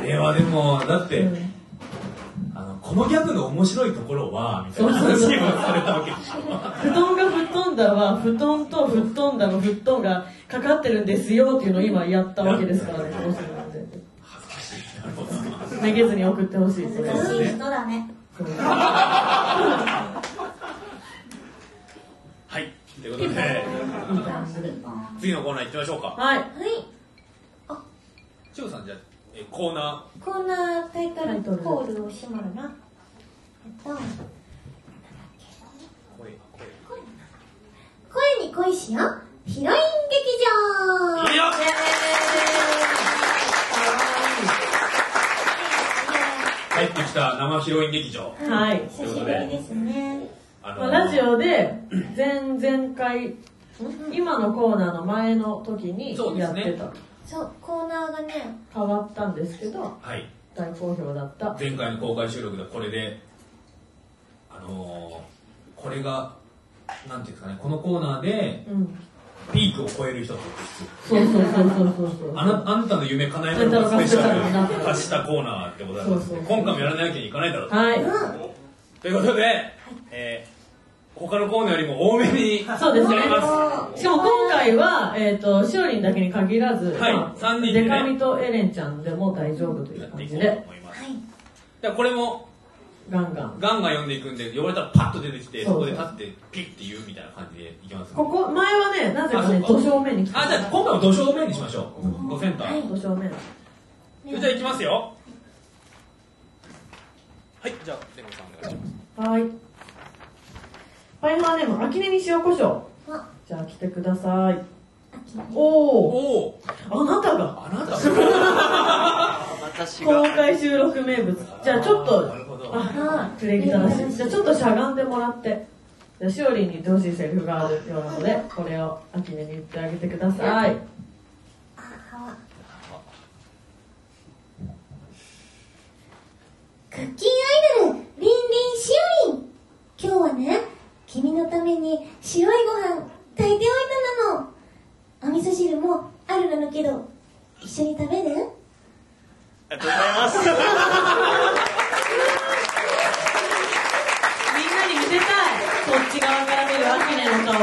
[SPEAKER 3] れはでもだって、
[SPEAKER 1] うん
[SPEAKER 3] あのこのギャグの面白いところはみたいな
[SPEAKER 1] そう
[SPEAKER 3] 話
[SPEAKER 1] そ
[SPEAKER 3] を
[SPEAKER 1] うそう
[SPEAKER 3] されたわけでしょ
[SPEAKER 1] 布団が吹っ飛んだは布団と吹っ飛んだの布団がかかってるんですよっていうのを今やったわけですからねどうするなんてめげずに送ってほしいそれ
[SPEAKER 2] 優しい人だね
[SPEAKER 3] はいということで次のコーナー行ってみましょうか
[SPEAKER 1] はい
[SPEAKER 4] はい。
[SPEAKER 3] 千代さんじゃあえコーナ
[SPEAKER 4] コーナータイトルコールを閉まるな。えっと、
[SPEAKER 3] ーこれこれ
[SPEAKER 4] 声に恋しようヒロイン劇場
[SPEAKER 3] いいよ帰ってきた生ヒロイン劇場
[SPEAKER 1] はい
[SPEAKER 3] というこ
[SPEAKER 2] 久し
[SPEAKER 3] と
[SPEAKER 2] ぶり
[SPEAKER 3] で
[SPEAKER 2] ですね
[SPEAKER 3] あ
[SPEAKER 1] まあ、ラジオで前々回今のコーナーの前の時に
[SPEAKER 3] そうで
[SPEAKER 1] や
[SPEAKER 3] す
[SPEAKER 1] っ
[SPEAKER 3] ね
[SPEAKER 1] てた、
[SPEAKER 4] そう、コーナーがね、
[SPEAKER 1] 変わったんですけど
[SPEAKER 3] はい
[SPEAKER 1] 大好評だった
[SPEAKER 3] 前回の公開収録ではこれであのー、これがなんていうんですかねこのコーナーで
[SPEAKER 1] うん
[SPEAKER 3] ピークを超える人と
[SPEAKER 1] そうそうそうそうそうそう
[SPEAKER 3] あなあんたの夢叶えたのがスペシャル化したコーナーってことなんです
[SPEAKER 1] そう
[SPEAKER 3] ね
[SPEAKER 1] そう
[SPEAKER 3] 今回もやらないわけにいかないだろうと
[SPEAKER 1] はい、
[SPEAKER 3] ということで、えー他のコーナーよりも多めに
[SPEAKER 1] そうですね
[SPEAKER 3] やりま
[SPEAKER 1] しかも今回は、えっ、と、しおりんだけに限らず、
[SPEAKER 3] はい
[SPEAKER 1] まあ
[SPEAKER 3] 三人でね
[SPEAKER 1] デカミとエレンちゃんでも大丈夫と
[SPEAKER 3] す
[SPEAKER 1] い
[SPEAKER 3] や
[SPEAKER 1] う
[SPEAKER 3] って
[SPEAKER 1] 感
[SPEAKER 3] い
[SPEAKER 1] じ
[SPEAKER 3] こうと
[SPEAKER 1] で、
[SPEAKER 3] 思います、
[SPEAKER 2] はい
[SPEAKER 3] じゃあこれも
[SPEAKER 1] ガンガン。
[SPEAKER 3] ガンガン読んでいくんで汚れたらパッと出てきて
[SPEAKER 1] そ
[SPEAKER 3] そうこ
[SPEAKER 1] そう
[SPEAKER 3] で立ってピッて言うみたいな感じでいきます
[SPEAKER 1] ここ、前はね、なぜかね、
[SPEAKER 3] あそう
[SPEAKER 1] 土正面に来た。
[SPEAKER 3] あじゃあ今回も土正面にしましょう、ごセンター、
[SPEAKER 1] 土正面。
[SPEAKER 3] じゃあいきますよはいじゃあデコさんお願いします
[SPEAKER 1] はい。パイハーネーム、秋音に塩コショウ。
[SPEAKER 4] あ
[SPEAKER 1] じゃあ来てください。
[SPEAKER 3] お
[SPEAKER 1] おお
[SPEAKER 3] お
[SPEAKER 1] あなたが
[SPEAKER 3] あなた
[SPEAKER 7] 私
[SPEAKER 1] 公
[SPEAKER 7] が
[SPEAKER 1] 開収録名物。じゃあちょっと、
[SPEAKER 3] なるほど
[SPEAKER 1] あ、クレギタらしい。じゃあちょっとしゃがんでもらって。じゃあしおりんに言ってほしいセリフがあるようなので、これを秋音に言ってあげてください。
[SPEAKER 4] クッキンアイドル、リンリンしおりん今日はね、君のために白いご飯炊いておいたなのお味噌汁もあるなのけど、一緒に食べる
[SPEAKER 7] ありがとうございます。
[SPEAKER 1] みんなに見せたいこっち側から見るアキネの顔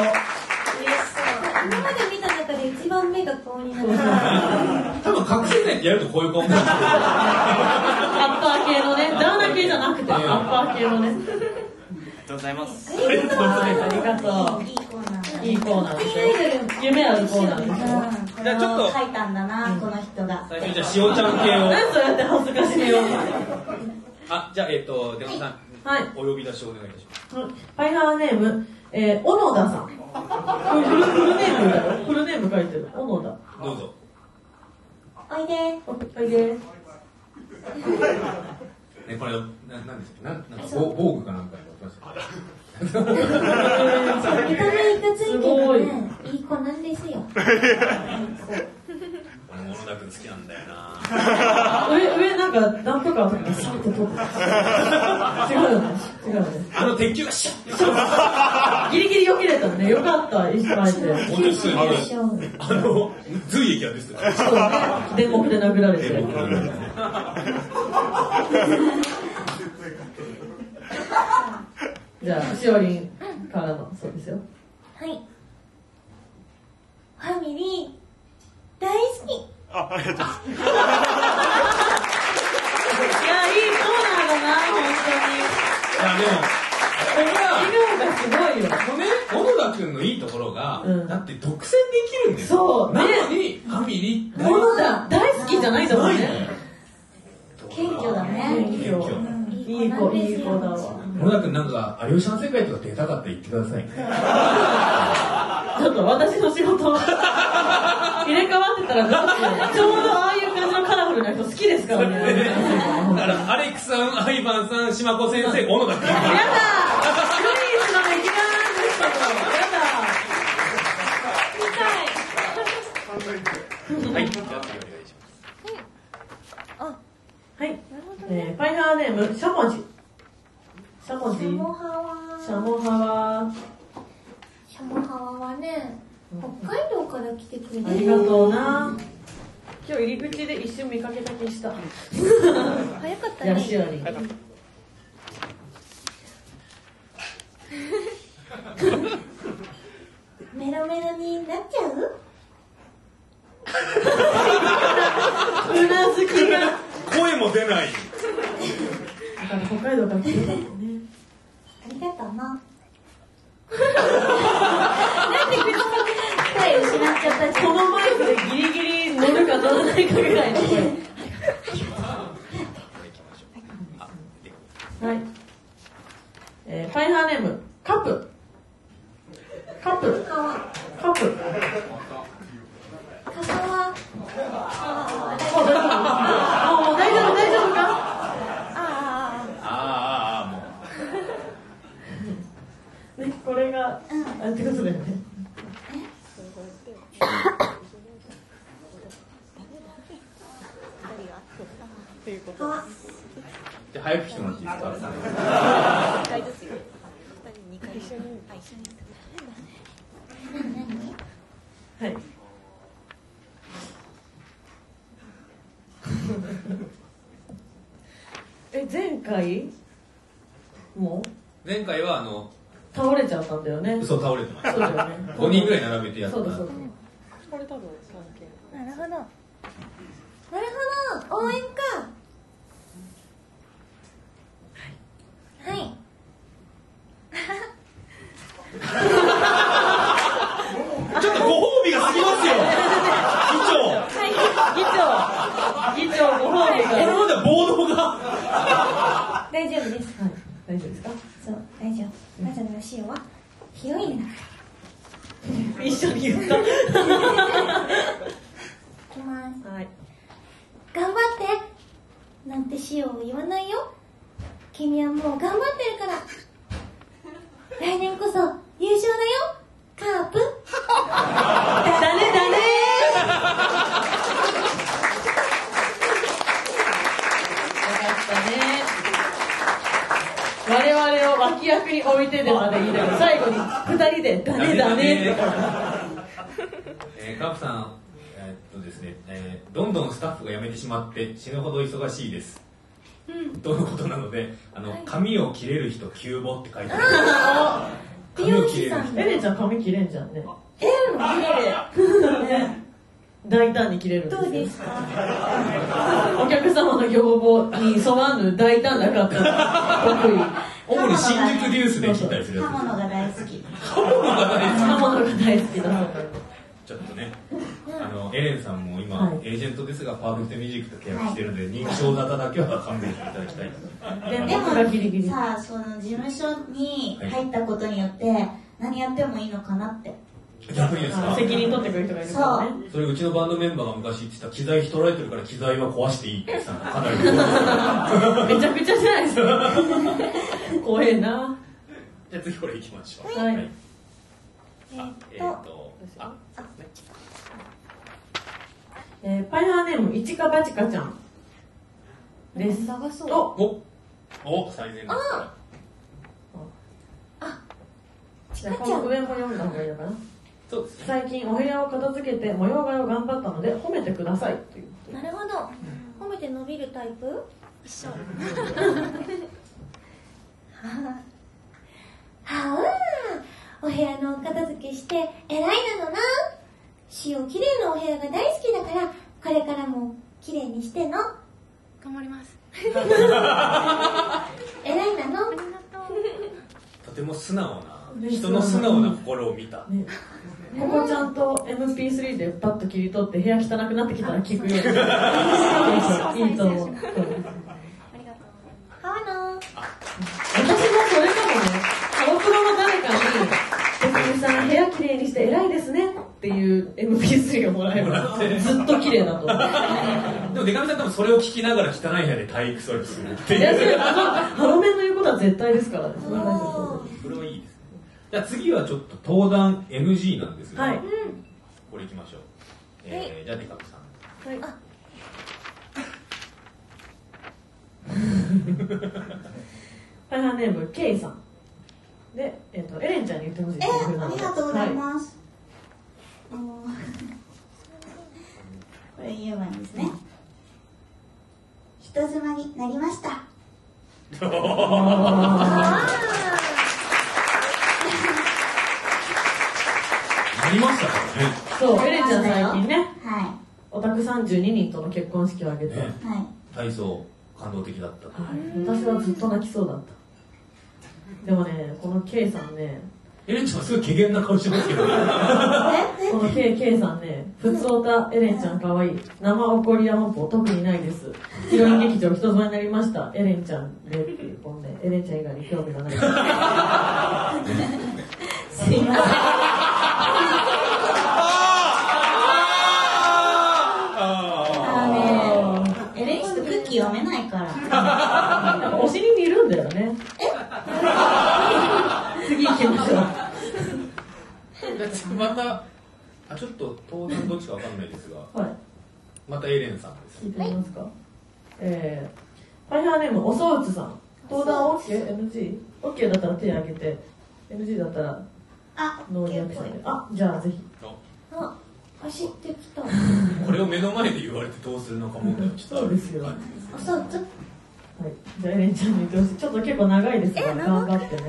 [SPEAKER 4] 今まで見た中で一番目が顔になる。
[SPEAKER 3] 多分覚醒剤ってやるとこういう顔になる
[SPEAKER 1] アッパー系のねダウナー系じゃなくてアッパー系のね
[SPEAKER 7] ありがとうございます。
[SPEAKER 4] ありがとう
[SPEAKER 1] ありがと
[SPEAKER 2] いいコーナーだ
[SPEAKER 1] ういい
[SPEAKER 2] ね
[SPEAKER 1] コーナーで
[SPEAKER 4] クッ
[SPEAKER 1] す
[SPEAKER 4] キ
[SPEAKER 1] よ
[SPEAKER 4] ンアイドル。
[SPEAKER 1] 夢あるコーナーですよ
[SPEAKER 2] うんこ
[SPEAKER 3] じゃ
[SPEAKER 2] れ
[SPEAKER 3] あちょっと
[SPEAKER 2] を書いたんだなこの人が
[SPEAKER 3] 最初にじゃあしおちゃん系を
[SPEAKER 1] 何そうやって恥ずかしいよ
[SPEAKER 3] あじゃあえっとデコさん
[SPEAKER 1] はい
[SPEAKER 3] お呼び出しをお願いいたします
[SPEAKER 1] パイハーネーム、えー、小野田さんフルフルネームだよフルネーム書いてる小野
[SPEAKER 3] どうぞ
[SPEAKER 4] おいで。
[SPEAKER 1] 田おいで
[SPEAKER 3] ねえこれななんですかなんなんか防防具かなんかに渡し
[SPEAKER 4] 見た目いかついけどねいい子なんですよ
[SPEAKER 3] 俺も小野田君好きなんだよな
[SPEAKER 1] 上、上なんか、ダンプカーとかサッと取って。違うよね。違うよね。
[SPEAKER 3] あの鉄球がシャッ
[SPEAKER 1] ギリギリよけれたね。よかった、一緒に入って。
[SPEAKER 3] 本当ですよ
[SPEAKER 4] 99勝
[SPEAKER 3] あの髄液は ですよ
[SPEAKER 1] そうね。電目で殴られて。じゃあ、しおりんからの、そうですよ。
[SPEAKER 4] はいファミリー大好き
[SPEAKER 7] あ、ありがとうございます。
[SPEAKER 1] いや、いいコーナーだな、本
[SPEAKER 3] いやでもこれ
[SPEAKER 1] 当
[SPEAKER 3] は
[SPEAKER 1] に。笑顔がすごいよ。
[SPEAKER 3] このね小野田君のいいところが、
[SPEAKER 1] うん
[SPEAKER 3] だって独占できるんですよ
[SPEAKER 1] そう
[SPEAKER 3] な
[SPEAKER 1] ね
[SPEAKER 3] のにファミリー
[SPEAKER 1] ものだ、大好きじゃないんだもんね。
[SPEAKER 4] 謙虚だね
[SPEAKER 3] 謙虚
[SPEAKER 1] いい子、いい子だわ。
[SPEAKER 3] 小野田君なんか有吉反省会とか出たかったら言ってくださいね
[SPEAKER 1] ちょっと私の仕事、入れ替わってたらどうしよう、ちょうどああいう感じのカラフルな人好きですからね。
[SPEAKER 3] だからアレックさんアイバンさん島子先生小野田君
[SPEAKER 1] やだクリーズの劇団ですけど、
[SPEAKER 7] はい、じゃあ次お願いします。
[SPEAKER 1] やだ。はい。えー、ファイナーネーム、しゃもじ。しゃもじ。
[SPEAKER 4] シャモハ
[SPEAKER 1] しゃ
[SPEAKER 4] ワ
[SPEAKER 1] もはわ
[SPEAKER 4] シャモハワはね北海道から来てくれて
[SPEAKER 1] ありがとうな。今日入り口で一瞬見かけた気した。
[SPEAKER 4] 早かった
[SPEAKER 1] や
[SPEAKER 4] ね
[SPEAKER 1] しおりん。
[SPEAKER 4] メロメロになっちゃう
[SPEAKER 1] うなずきが。
[SPEAKER 3] 声も出ない
[SPEAKER 1] 北海道から来てたもんね。
[SPEAKER 4] ありがとうななんで口パク声失っちゃったじゃ
[SPEAKER 1] こ
[SPEAKER 4] ん
[SPEAKER 1] のマイクでギリギリ乗るか乗らないかぐらいの声。はい。えー、ファイハーネーム、カップ。カップ。
[SPEAKER 4] かわ
[SPEAKER 1] カップ。
[SPEAKER 4] かわ
[SPEAKER 1] もう大丈夫。あもう大丈夫、大丈夫か
[SPEAKER 4] あー
[SPEAKER 3] ああああもう
[SPEAKER 1] ね、これが、あ、ってことだよね。
[SPEAKER 4] かわ
[SPEAKER 3] じゃあ早く来てもらっていいですか
[SPEAKER 1] はい。え、前回も
[SPEAKER 3] 前回はあの
[SPEAKER 1] 倒れちゃったんだよね。
[SPEAKER 3] 嘘倒れてます
[SPEAKER 1] そうだよね。
[SPEAKER 3] 5人ぐらい並べてやった
[SPEAKER 1] そうだそうだ。
[SPEAKER 4] なるほどなるほど応援かはいはい
[SPEAKER 3] ちょっとご褒美が過ぎますよ議
[SPEAKER 1] 議長、議長ご褒美が。
[SPEAKER 3] 長
[SPEAKER 1] はい
[SPEAKER 3] これまでは暴動が
[SPEAKER 4] 大丈夫です
[SPEAKER 1] 大丈夫ですか
[SPEAKER 4] そう大丈夫まずのシオはヒロインだか
[SPEAKER 1] 一緒に言った。
[SPEAKER 4] らいきます
[SPEAKER 1] はい。
[SPEAKER 4] 頑張ってなんてシオを言わないよ君はもう頑張ってるから 来年こそ優勝だよカープ
[SPEAKER 1] だねだねよかったね。我々を脇役に置いてでまで言いながら最後に二人で「だねだね」
[SPEAKER 3] えー、カープさん、えーっとですね、えーどんどんスタッフが辞めてしまって死ぬほど忙しいです。とのことなので、あの、髪を切れる人急募って書いてある。
[SPEAKER 4] 美容師さん
[SPEAKER 1] エレちゃん髪切れんじゃんね
[SPEAKER 4] ええも
[SPEAKER 1] ね大胆に切れるんです
[SPEAKER 4] ど
[SPEAKER 1] よ
[SPEAKER 4] うですか
[SPEAKER 1] お客様の要望に沿わぬ大胆な方得意
[SPEAKER 3] 主に新宿デュースで切ったりするやつ。
[SPEAKER 2] 刃物が大好き。
[SPEAKER 1] 刃物が大好きだそうです
[SPEAKER 3] ちょっとね、あの、エレンさんも今、
[SPEAKER 1] はい
[SPEAKER 3] エージェントですが、パーフェクトミュージックと契約してるので、認証型だけは勘弁していただきたい。
[SPEAKER 2] で
[SPEAKER 1] でもがギリギリ
[SPEAKER 2] さあ、その事務所に入ったことによって、何やってもいいのかなって。
[SPEAKER 3] 逆にです
[SPEAKER 1] あ
[SPEAKER 3] か
[SPEAKER 1] の責任取ってくる人がいるからね。
[SPEAKER 3] それうちのバンドメンバーが昔言ってた機材取られてるから機材は壊していいって言ってたのかなり
[SPEAKER 1] めちゃくちゃじゃないですか。怖えな。
[SPEAKER 3] じゃあ次これいきましょう
[SPEAKER 1] はい
[SPEAKER 3] あえ
[SPEAKER 2] え
[SPEAKER 3] っ、
[SPEAKER 2] ーっと
[SPEAKER 3] とあ
[SPEAKER 1] えー、パイハーネーム、いちかばちかちゃん。です。
[SPEAKER 4] 長そう
[SPEAKER 1] お
[SPEAKER 3] おお最善です
[SPEAKER 1] じゃあこの上も読んだ方がいいのかな。
[SPEAKER 3] そうですね
[SPEAKER 1] 最近お部屋を片付けて模様替えを頑張ったので褒めてくださいっていう。
[SPEAKER 4] なるほど褒めて伸びるタイプ
[SPEAKER 2] 一緒。
[SPEAKER 4] はあお部屋のお片付けして偉いなのな塩きれいなお部屋が大好きだからこれからもきれいにしての
[SPEAKER 2] 頑張ります。
[SPEAKER 4] 偉いなの
[SPEAKER 2] ありがとう。
[SPEAKER 3] とても素直な
[SPEAKER 1] ね
[SPEAKER 3] 人の素直な心を見た
[SPEAKER 1] ね、ここちゃんと MP3 でパッと切り取って部屋汚くなってきたら聞くようにいいと思う
[SPEAKER 2] ありがとう。
[SPEAKER 4] ハロー
[SPEAKER 1] 私もそれかもねハロプロの誰かに「徳井さん部屋きれいにして偉いですね」っていう MP3 をもらえばずっと綺麗だと思う
[SPEAKER 3] でもデカミさん多分それを聞きながら汚い部屋で体育座りするって
[SPEAKER 1] い
[SPEAKER 3] い
[SPEAKER 1] や
[SPEAKER 3] う
[SPEAKER 1] それあのハロメンの言うことは絶対ですからねそれは大丈夫
[SPEAKER 4] おー
[SPEAKER 3] これはいいですねじゃあ次はちょっと登壇 NG なんですが、
[SPEAKER 1] はい
[SPEAKER 3] これいきましょう、えー、じゃあデカミさん
[SPEAKER 1] はいパイハーネームケイさんで、えっとエレンちゃんに言ってほしい
[SPEAKER 2] えー、ありがとうございます。あのこれ言う番ですね。人妻になりました。
[SPEAKER 3] なりましたか
[SPEAKER 1] すそうエレンちゃん最近ね
[SPEAKER 2] は
[SPEAKER 1] オタク32人との結婚式を挙げて、
[SPEAKER 3] らねね
[SPEAKER 2] い。はい。
[SPEAKER 3] 体操感動的だったと
[SPEAKER 1] はい私はずっと泣きそうだったでもねこの K さんね
[SPEAKER 3] エレンちゃんはすごい怪げな顔してますけどね
[SPEAKER 1] この K, K さんね「普通オタエレンちゃんかわいい生怒りや本舗特にないです」「ヒロイン劇場人妻になりましたエレンちゃんで」っていう本でエレンちゃん以外に興味がないです
[SPEAKER 2] すいません。あのね、エレンジとクッキー読めないから。
[SPEAKER 1] やっぱお尻にいるんだよね。次行きましょう。
[SPEAKER 3] またあちょっと登壇どっちかわかんないですが
[SPEAKER 1] はい。
[SPEAKER 3] またエレンさんです
[SPEAKER 1] 聞いてみますか。えー、ファイヤーネーム、おそうつさん。登壇 OK?NG?OK だったら手挙げて、NG だったら
[SPEAKER 2] あ、
[SPEAKER 1] ノーリアクションで。あ、じゃあぜひ。
[SPEAKER 4] あ走ってき た
[SPEAKER 3] これを目の前で言われてどうするのか問題はちょっとあ
[SPEAKER 1] そう
[SPEAKER 3] る
[SPEAKER 1] ですよ。はい。
[SPEAKER 4] おそうつ
[SPEAKER 1] じゃあエレンちゃんに言ってほしい。ちょっと結構長いですから、頑張ってね。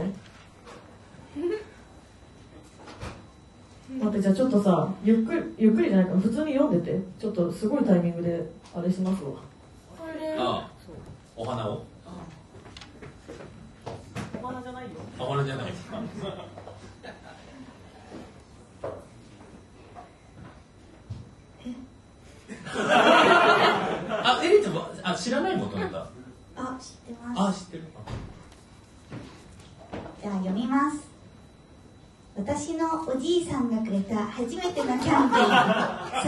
[SPEAKER 1] 待って、じゃあちょっとさ、ゆっくり、ゆっくりじゃないから、普通に読んでて。ちょっとすごいタイミングで、あれしますわ。
[SPEAKER 3] ああお花を
[SPEAKER 1] お花じゃないよ。
[SPEAKER 3] お花じゃないですか あエレンちゃんはあ知らない元ネタ
[SPEAKER 2] あ、知って
[SPEAKER 3] あ
[SPEAKER 2] ます。
[SPEAKER 3] 知ってる
[SPEAKER 2] じゃあ読みます。私のおじいさんがくれた初めてのキャンペー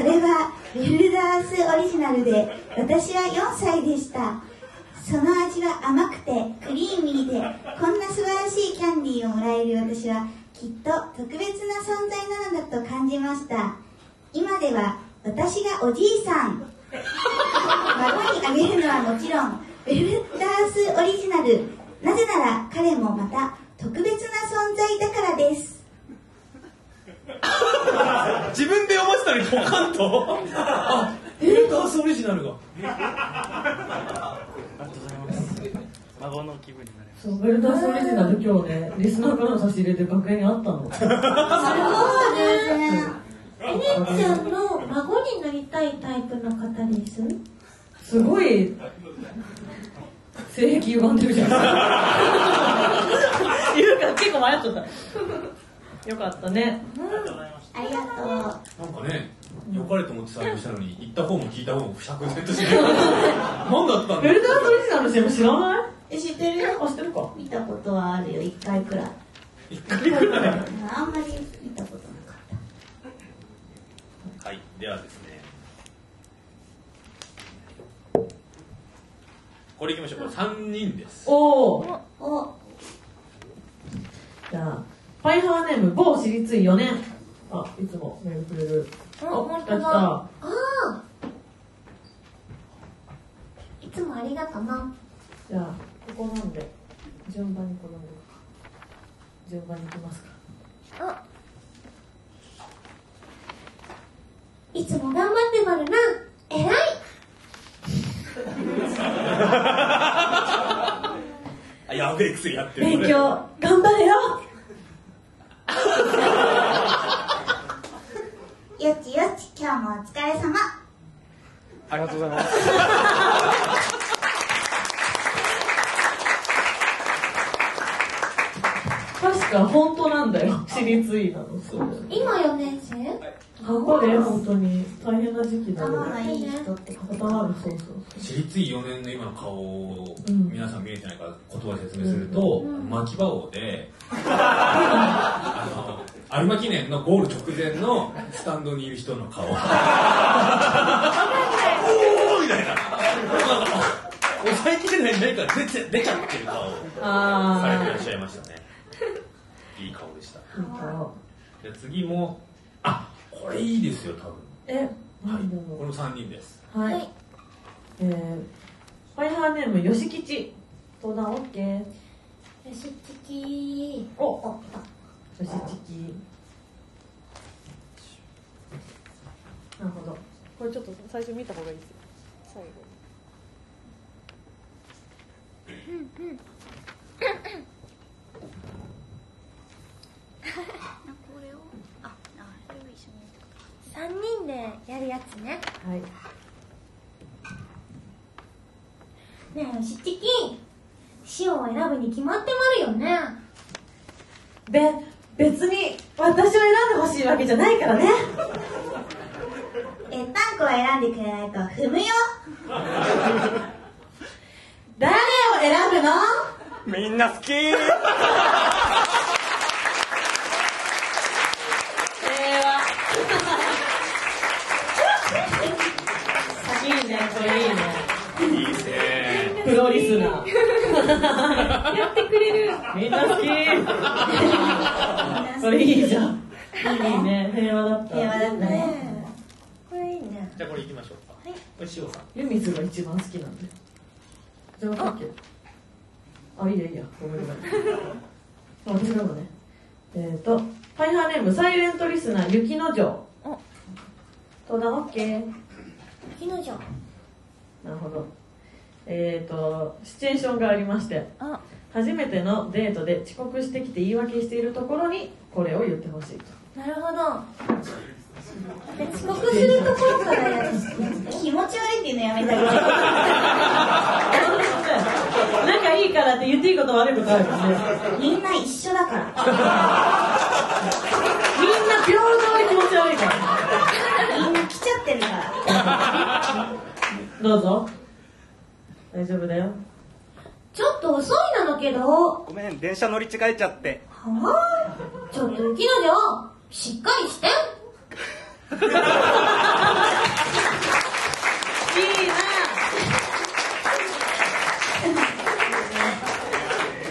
[SPEAKER 2] ン。それはビルダースオリジナルで、私は4歳でした。その味は甘くてクリーミーで、こんな素晴らしいキャンディーをもらえる私は、きっと特別な存在なのだと感じました。今では私がおじいさん。孫にあげるのはもちろんウェルダースオリジナルなぜなら彼もまた特別な存在だから です
[SPEAKER 3] 自分で読ませたのにポカンとあエレンダースオリジナル
[SPEAKER 7] が
[SPEAKER 3] が
[SPEAKER 7] とうございます孫の気分になれます
[SPEAKER 1] そう、ベルダースオリジナル今日ね、リスナーからの差し入れで楽屋にあったの。
[SPEAKER 4] エレンちゃんの孫になりたいタイプの方です
[SPEAKER 1] すごい、性癖歪んでるじゃん。 言うから結構迷っちゃった。よかったね。
[SPEAKER 2] ありがとう
[SPEAKER 3] なんかね良かれと思って採用したのに行った方も聞いた方も釈然として 何だったん
[SPEAKER 1] ベ
[SPEAKER 3] だ
[SPEAKER 1] ルダースオリジナルの CM 知らない
[SPEAKER 2] え知ってるよ
[SPEAKER 1] あ、知ってるか。
[SPEAKER 2] 見たことはあるよ1回くらい
[SPEAKER 3] 一回ぐらい
[SPEAKER 2] あんまり見たことなかっ
[SPEAKER 7] ではですねこれいきましょうこれ3人です
[SPEAKER 1] おお
[SPEAKER 2] お
[SPEAKER 1] じゃあパイハーネーム某私立4年あいつもメールくれる
[SPEAKER 4] あ
[SPEAKER 1] お
[SPEAKER 4] 本
[SPEAKER 1] 来
[SPEAKER 4] 当
[SPEAKER 1] た
[SPEAKER 4] だ
[SPEAKER 1] 来た
[SPEAKER 4] ああいつもありがとな
[SPEAKER 1] じゃあここなんで順番にこの順番に行きますか
[SPEAKER 4] あいつも頑張ってまるな偉い
[SPEAKER 7] あやべえ薬やってる
[SPEAKER 1] 勉強頑張れよ
[SPEAKER 2] よちよち今日もお疲れ様
[SPEAKER 5] ありがとうございます。
[SPEAKER 1] 確か本当なんだよ私立医なのそう
[SPEAKER 4] 今4年生
[SPEAKER 1] ここで本当に大変な時期だよ
[SPEAKER 2] 頭がいい人ってこと
[SPEAKER 1] 頭がそうそうそう
[SPEAKER 3] 私立医4年の今の顔を
[SPEAKER 1] うん
[SPEAKER 3] 皆さん見えてないから言葉で説明すると、巻き場王であの有馬記念のゴール直前のスタンドにいる人の顔おーみたいな
[SPEAKER 7] 抑えきれない何か出ちゃ出ちゃってる顔をされていら
[SPEAKER 1] あ
[SPEAKER 7] っしゃいましたねいい顔でした
[SPEAKER 1] あなんか
[SPEAKER 7] じゃあ次もあこれいいですよ多
[SPEAKER 1] え
[SPEAKER 7] 分は
[SPEAKER 1] ないんだ
[SPEAKER 7] こ
[SPEAKER 1] ろ
[SPEAKER 7] の3人です
[SPEAKER 1] うはい、えー、ファイハーネームよしきち登壇 OK
[SPEAKER 4] 吉吉
[SPEAKER 1] おおよしちきなるほど
[SPEAKER 8] これちょっと最初見た方がいいですよ最後
[SPEAKER 4] 3人でやるやつね
[SPEAKER 1] はい
[SPEAKER 4] ねえ吉吉塩を選ぶに決まってまるよね
[SPEAKER 1] べ別に私を選んでほしいわけじゃないからね
[SPEAKER 2] えータンクを選んでくれないと 踏むよ
[SPEAKER 1] 誰を選ぶの
[SPEAKER 5] みんな好き
[SPEAKER 1] いいねこれいい ね
[SPEAKER 7] いいですね
[SPEAKER 1] プロリスナー やってくれるみんな好きそれいいじゃんいいね平和だった
[SPEAKER 2] 平和だったね
[SPEAKER 4] これいいね
[SPEAKER 7] じゃあこれいきましょうかこれ塩さん
[SPEAKER 1] 湯水が一番好きなんでじゃあかけあいいやいいやごめんごめんあ私なのねえっ、ー、とハイハーネームサイレントリスナー雪の城登壇 OK
[SPEAKER 4] 木の城
[SPEAKER 1] なるほどえっ、ー、とシチュエーションがありまして初めてのデートで遅刻してきて言い訳しているところにこれを言ってほしいと
[SPEAKER 4] なるほどで遅刻するところからやる
[SPEAKER 2] 気持ち悪いっていうのやめたけど
[SPEAKER 1] 仲いいからって言っていいこと悪いことあるよね
[SPEAKER 2] みんな一緒だから
[SPEAKER 1] みんな平等に気持ち悪いから
[SPEAKER 2] みんな来ちゃってるから
[SPEAKER 1] どうぞ大丈夫だよ
[SPEAKER 4] ちょっと遅いなのけど
[SPEAKER 9] ごめん電車乗り違えちゃって
[SPEAKER 4] ちょっと雪の城しっかりして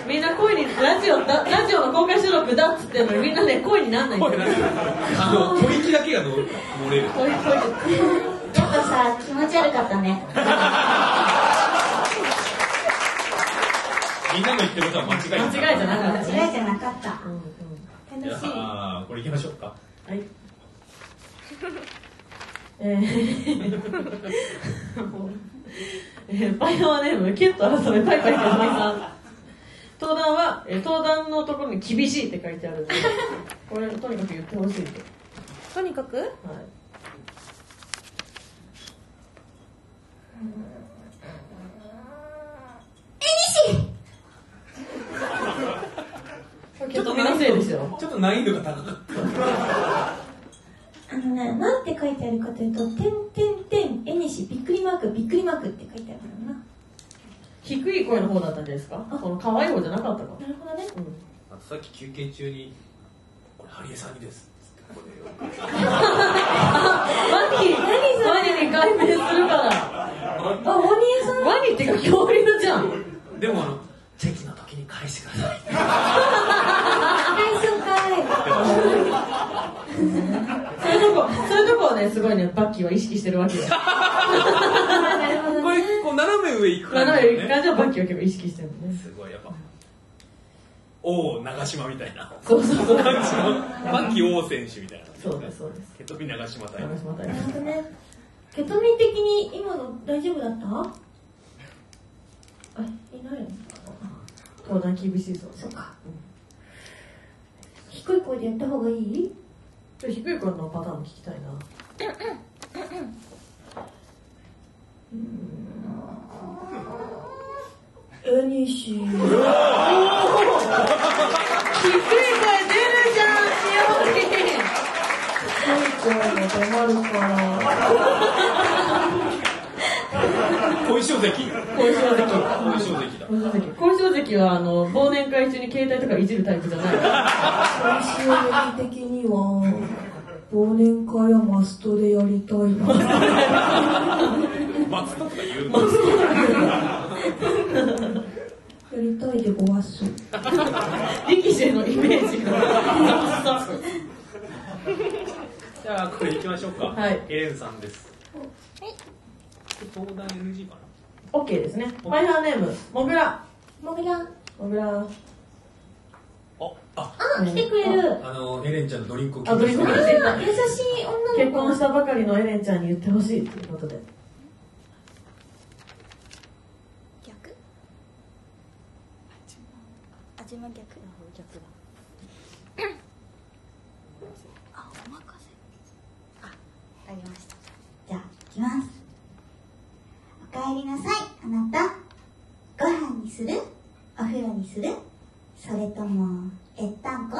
[SPEAKER 1] みんな声にラジオだラジオの公開収録だっつってんのにみんなね声になんないんだよ
[SPEAKER 3] あの吐息だけがの漏れる
[SPEAKER 1] 声声
[SPEAKER 2] ちょっとさ気持ち悪かったね
[SPEAKER 3] みんなの言ってることは間違いない
[SPEAKER 1] 間違いじゃなか
[SPEAKER 2] 間
[SPEAKER 1] ったね
[SPEAKER 2] 違いじゃなかった
[SPEAKER 1] うんうん
[SPEAKER 7] じゃあこれいきましょうか
[SPEAKER 1] はいえー もうえーバイオネームキュッと改めパイパイかずみさん登壇は、えー登壇のところに厳しいって書いてあるんでこれとにかく言ってほしいと
[SPEAKER 8] とにかく
[SPEAKER 1] はいえにしちょっと見のせいですよ
[SPEAKER 3] ちょっと難易度が高かった
[SPEAKER 4] あのね、なんて書いてあるかというと、てんてんてん、えにし、びっくりマーク、びっくりマークって書いてあるからな。
[SPEAKER 1] 低い声の方だったんじゃないですかこの可愛い方じゃなかったか
[SPEAKER 4] なるほどね。
[SPEAKER 1] うん
[SPEAKER 7] あとさっき休憩中に「これハリエさんにです」っつって
[SPEAKER 1] ワニ、ワニに改名するから。あ、ワニ屋さんワニっていうか恐竜じゃん。
[SPEAKER 3] でもあのチェキの時に返してください
[SPEAKER 4] はい、そうかい。
[SPEAKER 1] そういうとこ、そういうとこをね、すごいね、バッキーは意識してるわけよ。
[SPEAKER 4] なるほど
[SPEAKER 3] これ
[SPEAKER 4] ね。
[SPEAKER 3] こう斜め上行く
[SPEAKER 1] まあ、
[SPEAKER 3] 感じだよね
[SPEAKER 1] なんか一回じゃあバッキーは結構意識してるのね。
[SPEAKER 3] すごいやっぱ王長島みたいな
[SPEAKER 1] そうそうそう。
[SPEAKER 3] 感じのバッキー王選手みたいな
[SPEAKER 1] そうです、そうです。
[SPEAKER 3] ケトビ長島対
[SPEAKER 1] 話また
[SPEAKER 4] なるほどね。ケトミン的に今の大丈夫だったあ、いないの
[SPEAKER 1] 登壇厳しいぞ。
[SPEAKER 4] そうか。低い声でやった方がいい
[SPEAKER 1] ちょっと低い声のパターン聞きたいな。
[SPEAKER 4] えにし。
[SPEAKER 1] 低い声出るじゃん、しおり。
[SPEAKER 3] 小石尾関
[SPEAKER 1] 小石尾関
[SPEAKER 3] 小石尾関だ
[SPEAKER 1] 小石関小石関はあの忘年会中に携帯とかいじるタイプじゃない小石関的には忘年会はマストでやりたいな
[SPEAKER 3] 松とか言う
[SPEAKER 4] やりたいでごわす。
[SPEAKER 1] 力士のイメージが
[SPEAKER 3] じゃあこれ行きましょうか
[SPEAKER 1] はい
[SPEAKER 3] エレンさんですはい登壇 NG か
[SPEAKER 1] OK ですねファイハーネームもぐら
[SPEAKER 4] もぐら、
[SPEAKER 1] もぐら
[SPEAKER 3] なあ
[SPEAKER 4] あ、来てくれる。
[SPEAKER 3] ああのエレンちゃんのドリンクを
[SPEAKER 1] あドリンクを聞いて
[SPEAKER 4] あ優しい女
[SPEAKER 1] 結
[SPEAKER 4] の子。
[SPEAKER 1] 婚したばかりのエレンちゃんに言ってほしいということで
[SPEAKER 2] 逆味も逆
[SPEAKER 8] 逆だ
[SPEAKER 2] あお任せあわかりましたじゃあ行きますおかえりなさいあなたご飯にするお風呂にするそれともえったんこ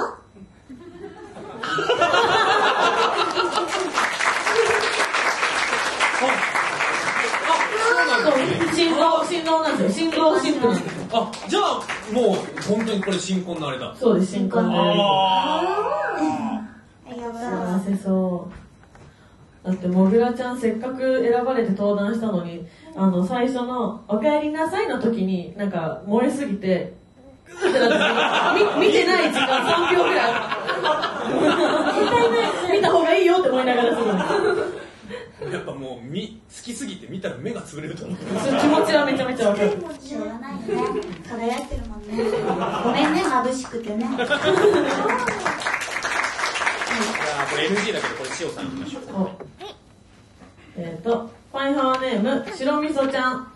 [SPEAKER 1] 新郎新郎なんですよ新郎新婦なんですよ
[SPEAKER 3] あじゃあもう本当にこれ新婚のあれだ
[SPEAKER 1] そうです新婚で
[SPEAKER 2] ありがとうござい
[SPEAKER 1] 幸
[SPEAKER 2] ます
[SPEAKER 1] せそうだってもぐらちゃんせっかく選ばれて登壇したのにあの最初の「おかえりなさい」の時になんか燃えすぎてグーってなってみ見てない時間3秒ぐらい絶対ね見た方がいいよって思いながらする
[SPEAKER 3] やっぱもうみ好きすぎて見たら目が潰れると思う
[SPEAKER 1] そう気持ちはめちゃめちゃわかる
[SPEAKER 2] しょうが ないよね輝いてるもんねごめんね眩しくてね
[SPEAKER 3] いやーこれ NG だけどこれ塩さんいきましょう
[SPEAKER 1] おえっ、とファイハーネーム白みそちゃん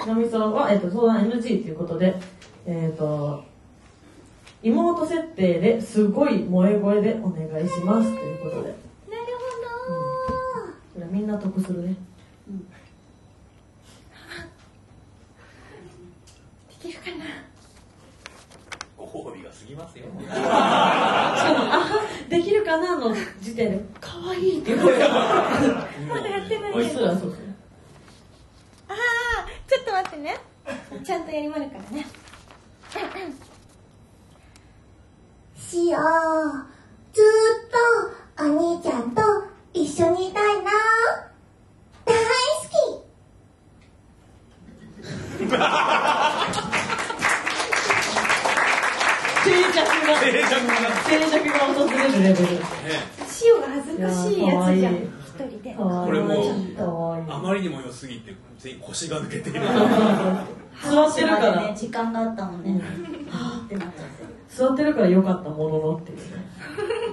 [SPEAKER 1] 白みそは、えっと相談 NG ということでえっ、と妹設定ですごい萌え声でお願いしますということ
[SPEAKER 4] な
[SPEAKER 1] で
[SPEAKER 4] るほど。
[SPEAKER 1] これみんな得するね
[SPEAKER 4] できるかな
[SPEAKER 3] ご褒美が過ぎますよ
[SPEAKER 1] しかも「あはできるかな?」の時点で「かわいい」って言う
[SPEAKER 8] まだやってない
[SPEAKER 1] こい
[SPEAKER 8] ね
[SPEAKER 1] つらそうですね
[SPEAKER 8] ああちょっと待ってね
[SPEAKER 4] ちゃんとやりまるからね。
[SPEAKER 2] しようずーっとお兄ちゃんと一緒にいたいな大好き
[SPEAKER 1] 静寂が
[SPEAKER 3] ええちゃんが
[SPEAKER 1] 静寂が訪れるレベル
[SPEAKER 4] 塩が恥ずかしいやつじゃん。
[SPEAKER 1] いや
[SPEAKER 4] 一人で。
[SPEAKER 1] かわいい
[SPEAKER 3] これもう
[SPEAKER 1] かわいい
[SPEAKER 3] あまりにも良すぎて全員腰が抜けている
[SPEAKER 1] 座ってるから、
[SPEAKER 2] ね時間があったもんね、はぁってなっちゃっ
[SPEAKER 1] 座ってるから良かったもののっていうね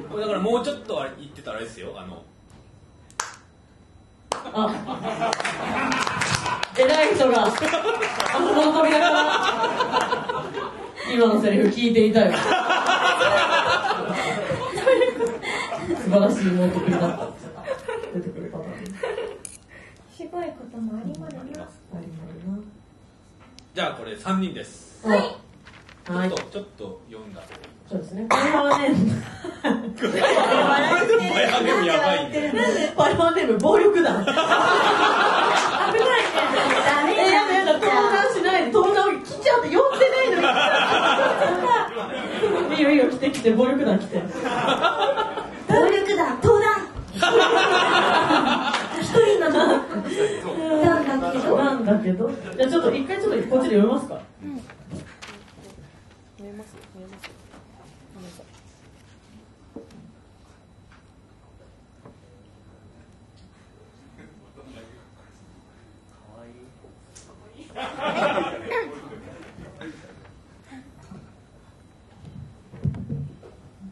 [SPEAKER 3] これだからもうちょっとあれ言ってたらあれですよあの
[SPEAKER 1] あ偉い人が、あそこの扉から、今のセリフ聞いていたよ。素晴らしい妹ぶりだった。出てくるパターン。
[SPEAKER 4] すごいこともありまるな。
[SPEAKER 1] あり
[SPEAKER 3] じゃあこれ3人です
[SPEAKER 1] まるな。はい。
[SPEAKER 3] ちょっとちょっと読んだ方がいい
[SPEAKER 1] そうですね。これはね、
[SPEAKER 3] これでもやでもやばいんで
[SPEAKER 1] なんでファイマーネーム暴力団。危ないね。え、やだやだ、登壇しないで、登壇を来ちゃって呼んでないのに。いいよいいよ、来て来て、暴力団来て。
[SPEAKER 4] 暴力
[SPEAKER 2] 楽団登壇
[SPEAKER 4] 一人なのなんだけど
[SPEAKER 1] なんだけど。じゃあちょっと一回ちょっとこっちで読めますか。
[SPEAKER 8] 見えます見えますごめんなさい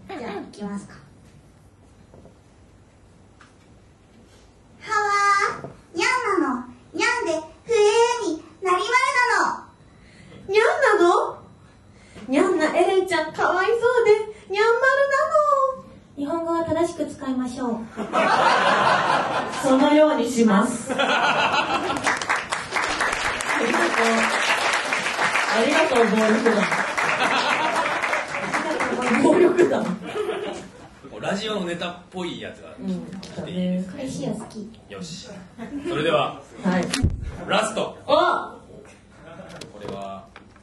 [SPEAKER 2] じゃあ行きますかはわーにゃんなのにゃんでふえーになりま
[SPEAKER 4] にゃんなのにゃんなエレンちゃんかわいそうでにゃんまるなの日本語は正しく使いましょう
[SPEAKER 1] そのようにします。ありがとう。ありがとう、暴力団。暴力団。
[SPEAKER 7] こうラジオのネタっぽいやつが
[SPEAKER 1] うん、
[SPEAKER 7] 来ていいです
[SPEAKER 2] るなの嬉しいよ好き
[SPEAKER 7] よしそれでは
[SPEAKER 1] はい。
[SPEAKER 7] ラスト
[SPEAKER 1] あ
[SPEAKER 7] これは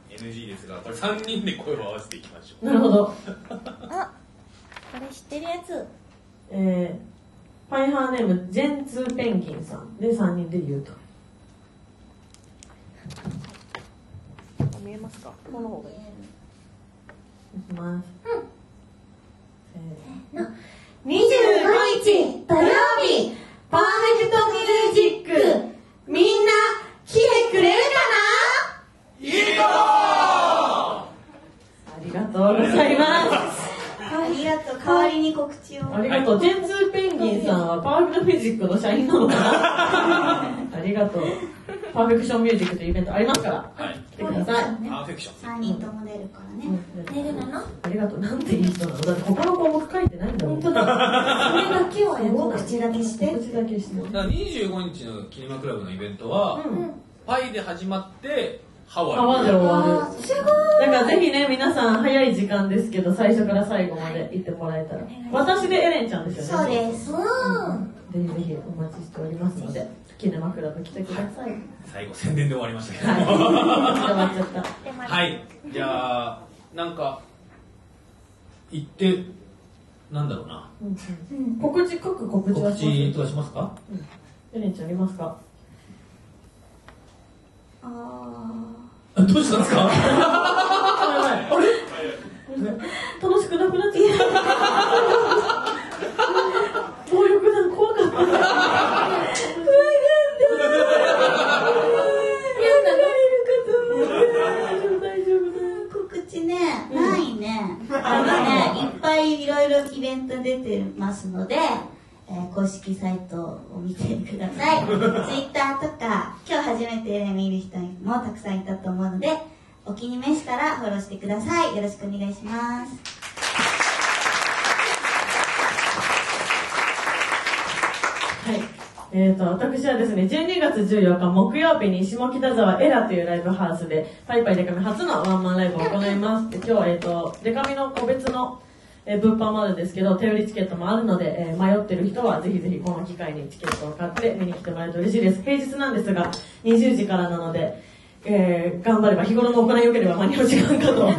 [SPEAKER 7] NG ですがこれ3人で声を合わせていきましょう
[SPEAKER 1] なるほど。
[SPEAKER 8] あこれ知ってるやつ
[SPEAKER 1] えー、パイハーネーム、ジェンツーペンギンさんで3人で言うと。
[SPEAKER 8] 見えますかこの方がいい
[SPEAKER 1] いきます。
[SPEAKER 4] 25日土曜日パーフェクトミュージックみんな来てくれるか
[SPEAKER 1] ありがとうございます。
[SPEAKER 2] ありがとう代わりに告知を
[SPEAKER 1] ありがとう。ジェンツーペンギンさんはパーフェクトフィジックの社員なのか なありがとう。パーフェクションミュージックというイベントありますから、
[SPEAKER 7] はい
[SPEAKER 1] 来てください。
[SPEAKER 7] パーフェクション
[SPEAKER 2] 3人とも出るからね、
[SPEAKER 4] な寝るなの
[SPEAKER 1] ありがとう。なんていい人なのだって他の項目書いてないんだもん。
[SPEAKER 4] 本当だそれだけはや
[SPEAKER 2] お
[SPEAKER 4] つだ
[SPEAKER 2] 口だけして
[SPEAKER 1] 口だけして。
[SPEAKER 7] だから25日のキネマクラブのイベントは、
[SPEAKER 1] うん。
[SPEAKER 7] パイで始まってハワイ
[SPEAKER 1] 川で終わ
[SPEAKER 4] すごい
[SPEAKER 1] る。だからぜひね、皆さん早い時間ですけど、最初から最後まで行ってもらえたら。私でエレンちゃんですよね。
[SPEAKER 2] そうです
[SPEAKER 4] うん
[SPEAKER 1] ぜひぜひお待ちしておりますので、キネマクラブ来てください。
[SPEAKER 7] 最後宣伝で終わりましたけど
[SPEAKER 1] はい。 終わっちゃった。
[SPEAKER 7] はいじゃあなんか言ってなんだろうな
[SPEAKER 1] 告知、各告知は
[SPEAKER 7] 告
[SPEAKER 1] します
[SPEAKER 7] 知とかしますか
[SPEAKER 1] エレンちゃんありますか
[SPEAKER 7] あどうしたんですかあれ
[SPEAKER 1] 楽しくなくなってきた。暴力団怖かった。怖かった。大丈夫だ。
[SPEAKER 2] 告知ね、ないね。あのね、いっぱいいろいろイベント出てますので、えー公式サイトを見てくださ い。ツイッターとか、今日初めて見る人もたくさんいたと思うので、お気に召したらフォローしてください。よろしくお願いします。
[SPEAKER 1] はい。えー、と私はですね、12月14日木曜日に下北沢エラというライブハウスで、パイパイデカミ初のワンマンライブを行います。で今日は、えー、とデカミの個別の、えー物販もあるんですけど、手売りチケットもあるので、えー迷ってる人はぜひぜひこの機会にチケットを買って見に来てもらえると嬉しいです。平日なんですが、20時からなので、えー頑張れば日頃の行いよければ間に合う時間かと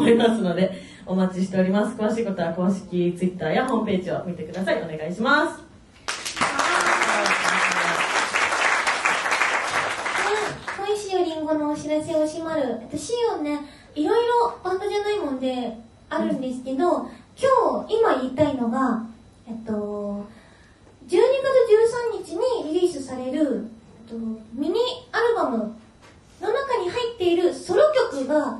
[SPEAKER 1] 思いますので、お待ちしております。詳しいことは公式 Twitter やホームページを見てください。お願いします。
[SPEAKER 4] はい、小石よりんごのお知らせをしまる。えっとシオンね、いろいろバンドじゃないもんであるんですけど、今日、今言いたいのが、えっと、12月13日にリリースされる、えっと、ミニアルバムの中に入っているソロ曲が、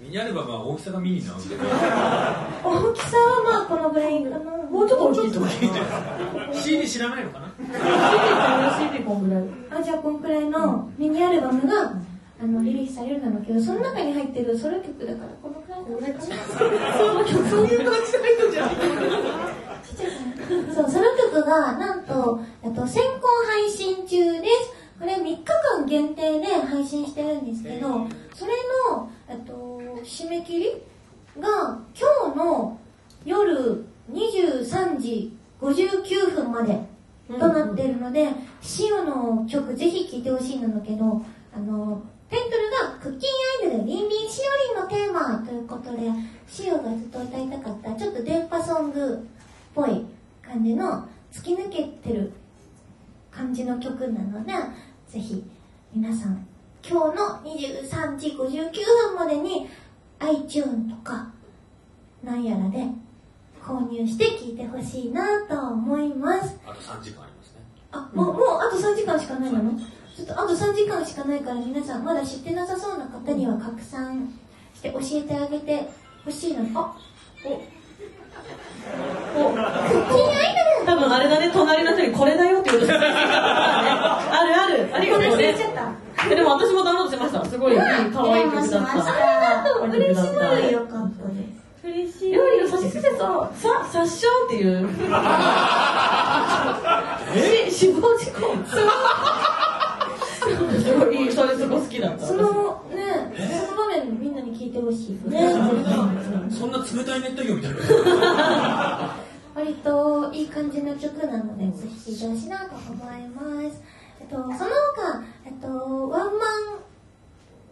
[SPEAKER 7] ミニアルバムは大きさがミニなので
[SPEAKER 4] 大きさはまあこのぐらいかな。もうちょっと大きいと思い
[SPEAKER 7] CD 知らないのかな
[SPEAKER 4] あじゃあこんくらいのミニアルバムが、あのリリースされるんだけどその中に入ってるソロ曲だからこのくらいのかなそう曲そういう感じないとじゃんそうソロ曲がなんとえっと先行配信中ですこれ3日間限定で配信してるんですけどそれの、えっと、締め切りが今日の夜23時59分までとなってるので、シオの曲ぜひ聴いてほしいんだけど、あの、タイトルがクッキンアイドルリンリンシオリンのテーマということで、シオがずっと歌いたかった、ちょっと電波ソングっぽい突き抜けてる感じの曲なのでぜひ皆さん今日の23時59分までに iTune とかなんやらで購入して聴いてほしいなと思います
[SPEAKER 7] あと3時間ありますね
[SPEAKER 4] あもう,、もうあと3時間しかないのちょっとあと3時間しかないから皆さんまだ知ってなさそうな方には拡散して教えてあげてほしいのあおおクッキンアイドル
[SPEAKER 1] 多分あれだね、隣の人にこれだよって言うとするあるある。ありがとうね。えでも私もダウンロードしました。すごい、いい可愛い曲だった。
[SPEAKER 2] ありがとう
[SPEAKER 1] 可愛い曲
[SPEAKER 2] 嬉
[SPEAKER 1] だ
[SPEAKER 2] し
[SPEAKER 1] った
[SPEAKER 2] いよかったです
[SPEAKER 4] 嬉し
[SPEAKER 1] いやいや、さしすせさ、さ、さっしょうっていう。え死亡事故すごい、それすごい好きだった。
[SPEAKER 4] そのね、その場面みんなに聞いてほしい。
[SPEAKER 1] ね
[SPEAKER 7] そんな冷たい熱帯魚みたいな
[SPEAKER 4] 割といい感じの曲なので、ぜひ聴いてほしいなと思います。えっと、その他、えっと、ワンマ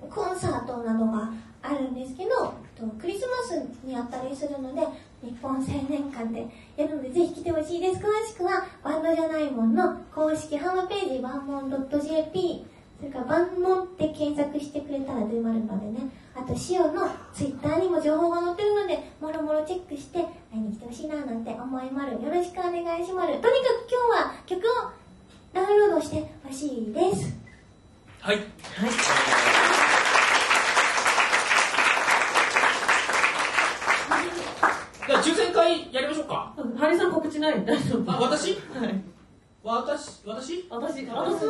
[SPEAKER 4] ンコンサートなどがあるんですけど、えっとクリスマスにあったりするので、日本青年館でやるので、ぜひ来てほしいです。詳しくは、バンドじゃないもんの公式ホームページ、ワンモン .jp、それから万能って検索してくれたら出まるのでね。あと、シオのツイッターにも情報が載ってるので、もろもろチェックして会いに来てほしいななんて思いまる。よろしくお願いしまる。とにかく今日は曲をダウンロードしてほしいです。
[SPEAKER 7] はいじゃあ抽選会やりましょうか
[SPEAKER 1] ハリさん告知ない大丈夫
[SPEAKER 7] あ私
[SPEAKER 1] はい。
[SPEAKER 7] 私私
[SPEAKER 1] 私、私、私、
[SPEAKER 7] 私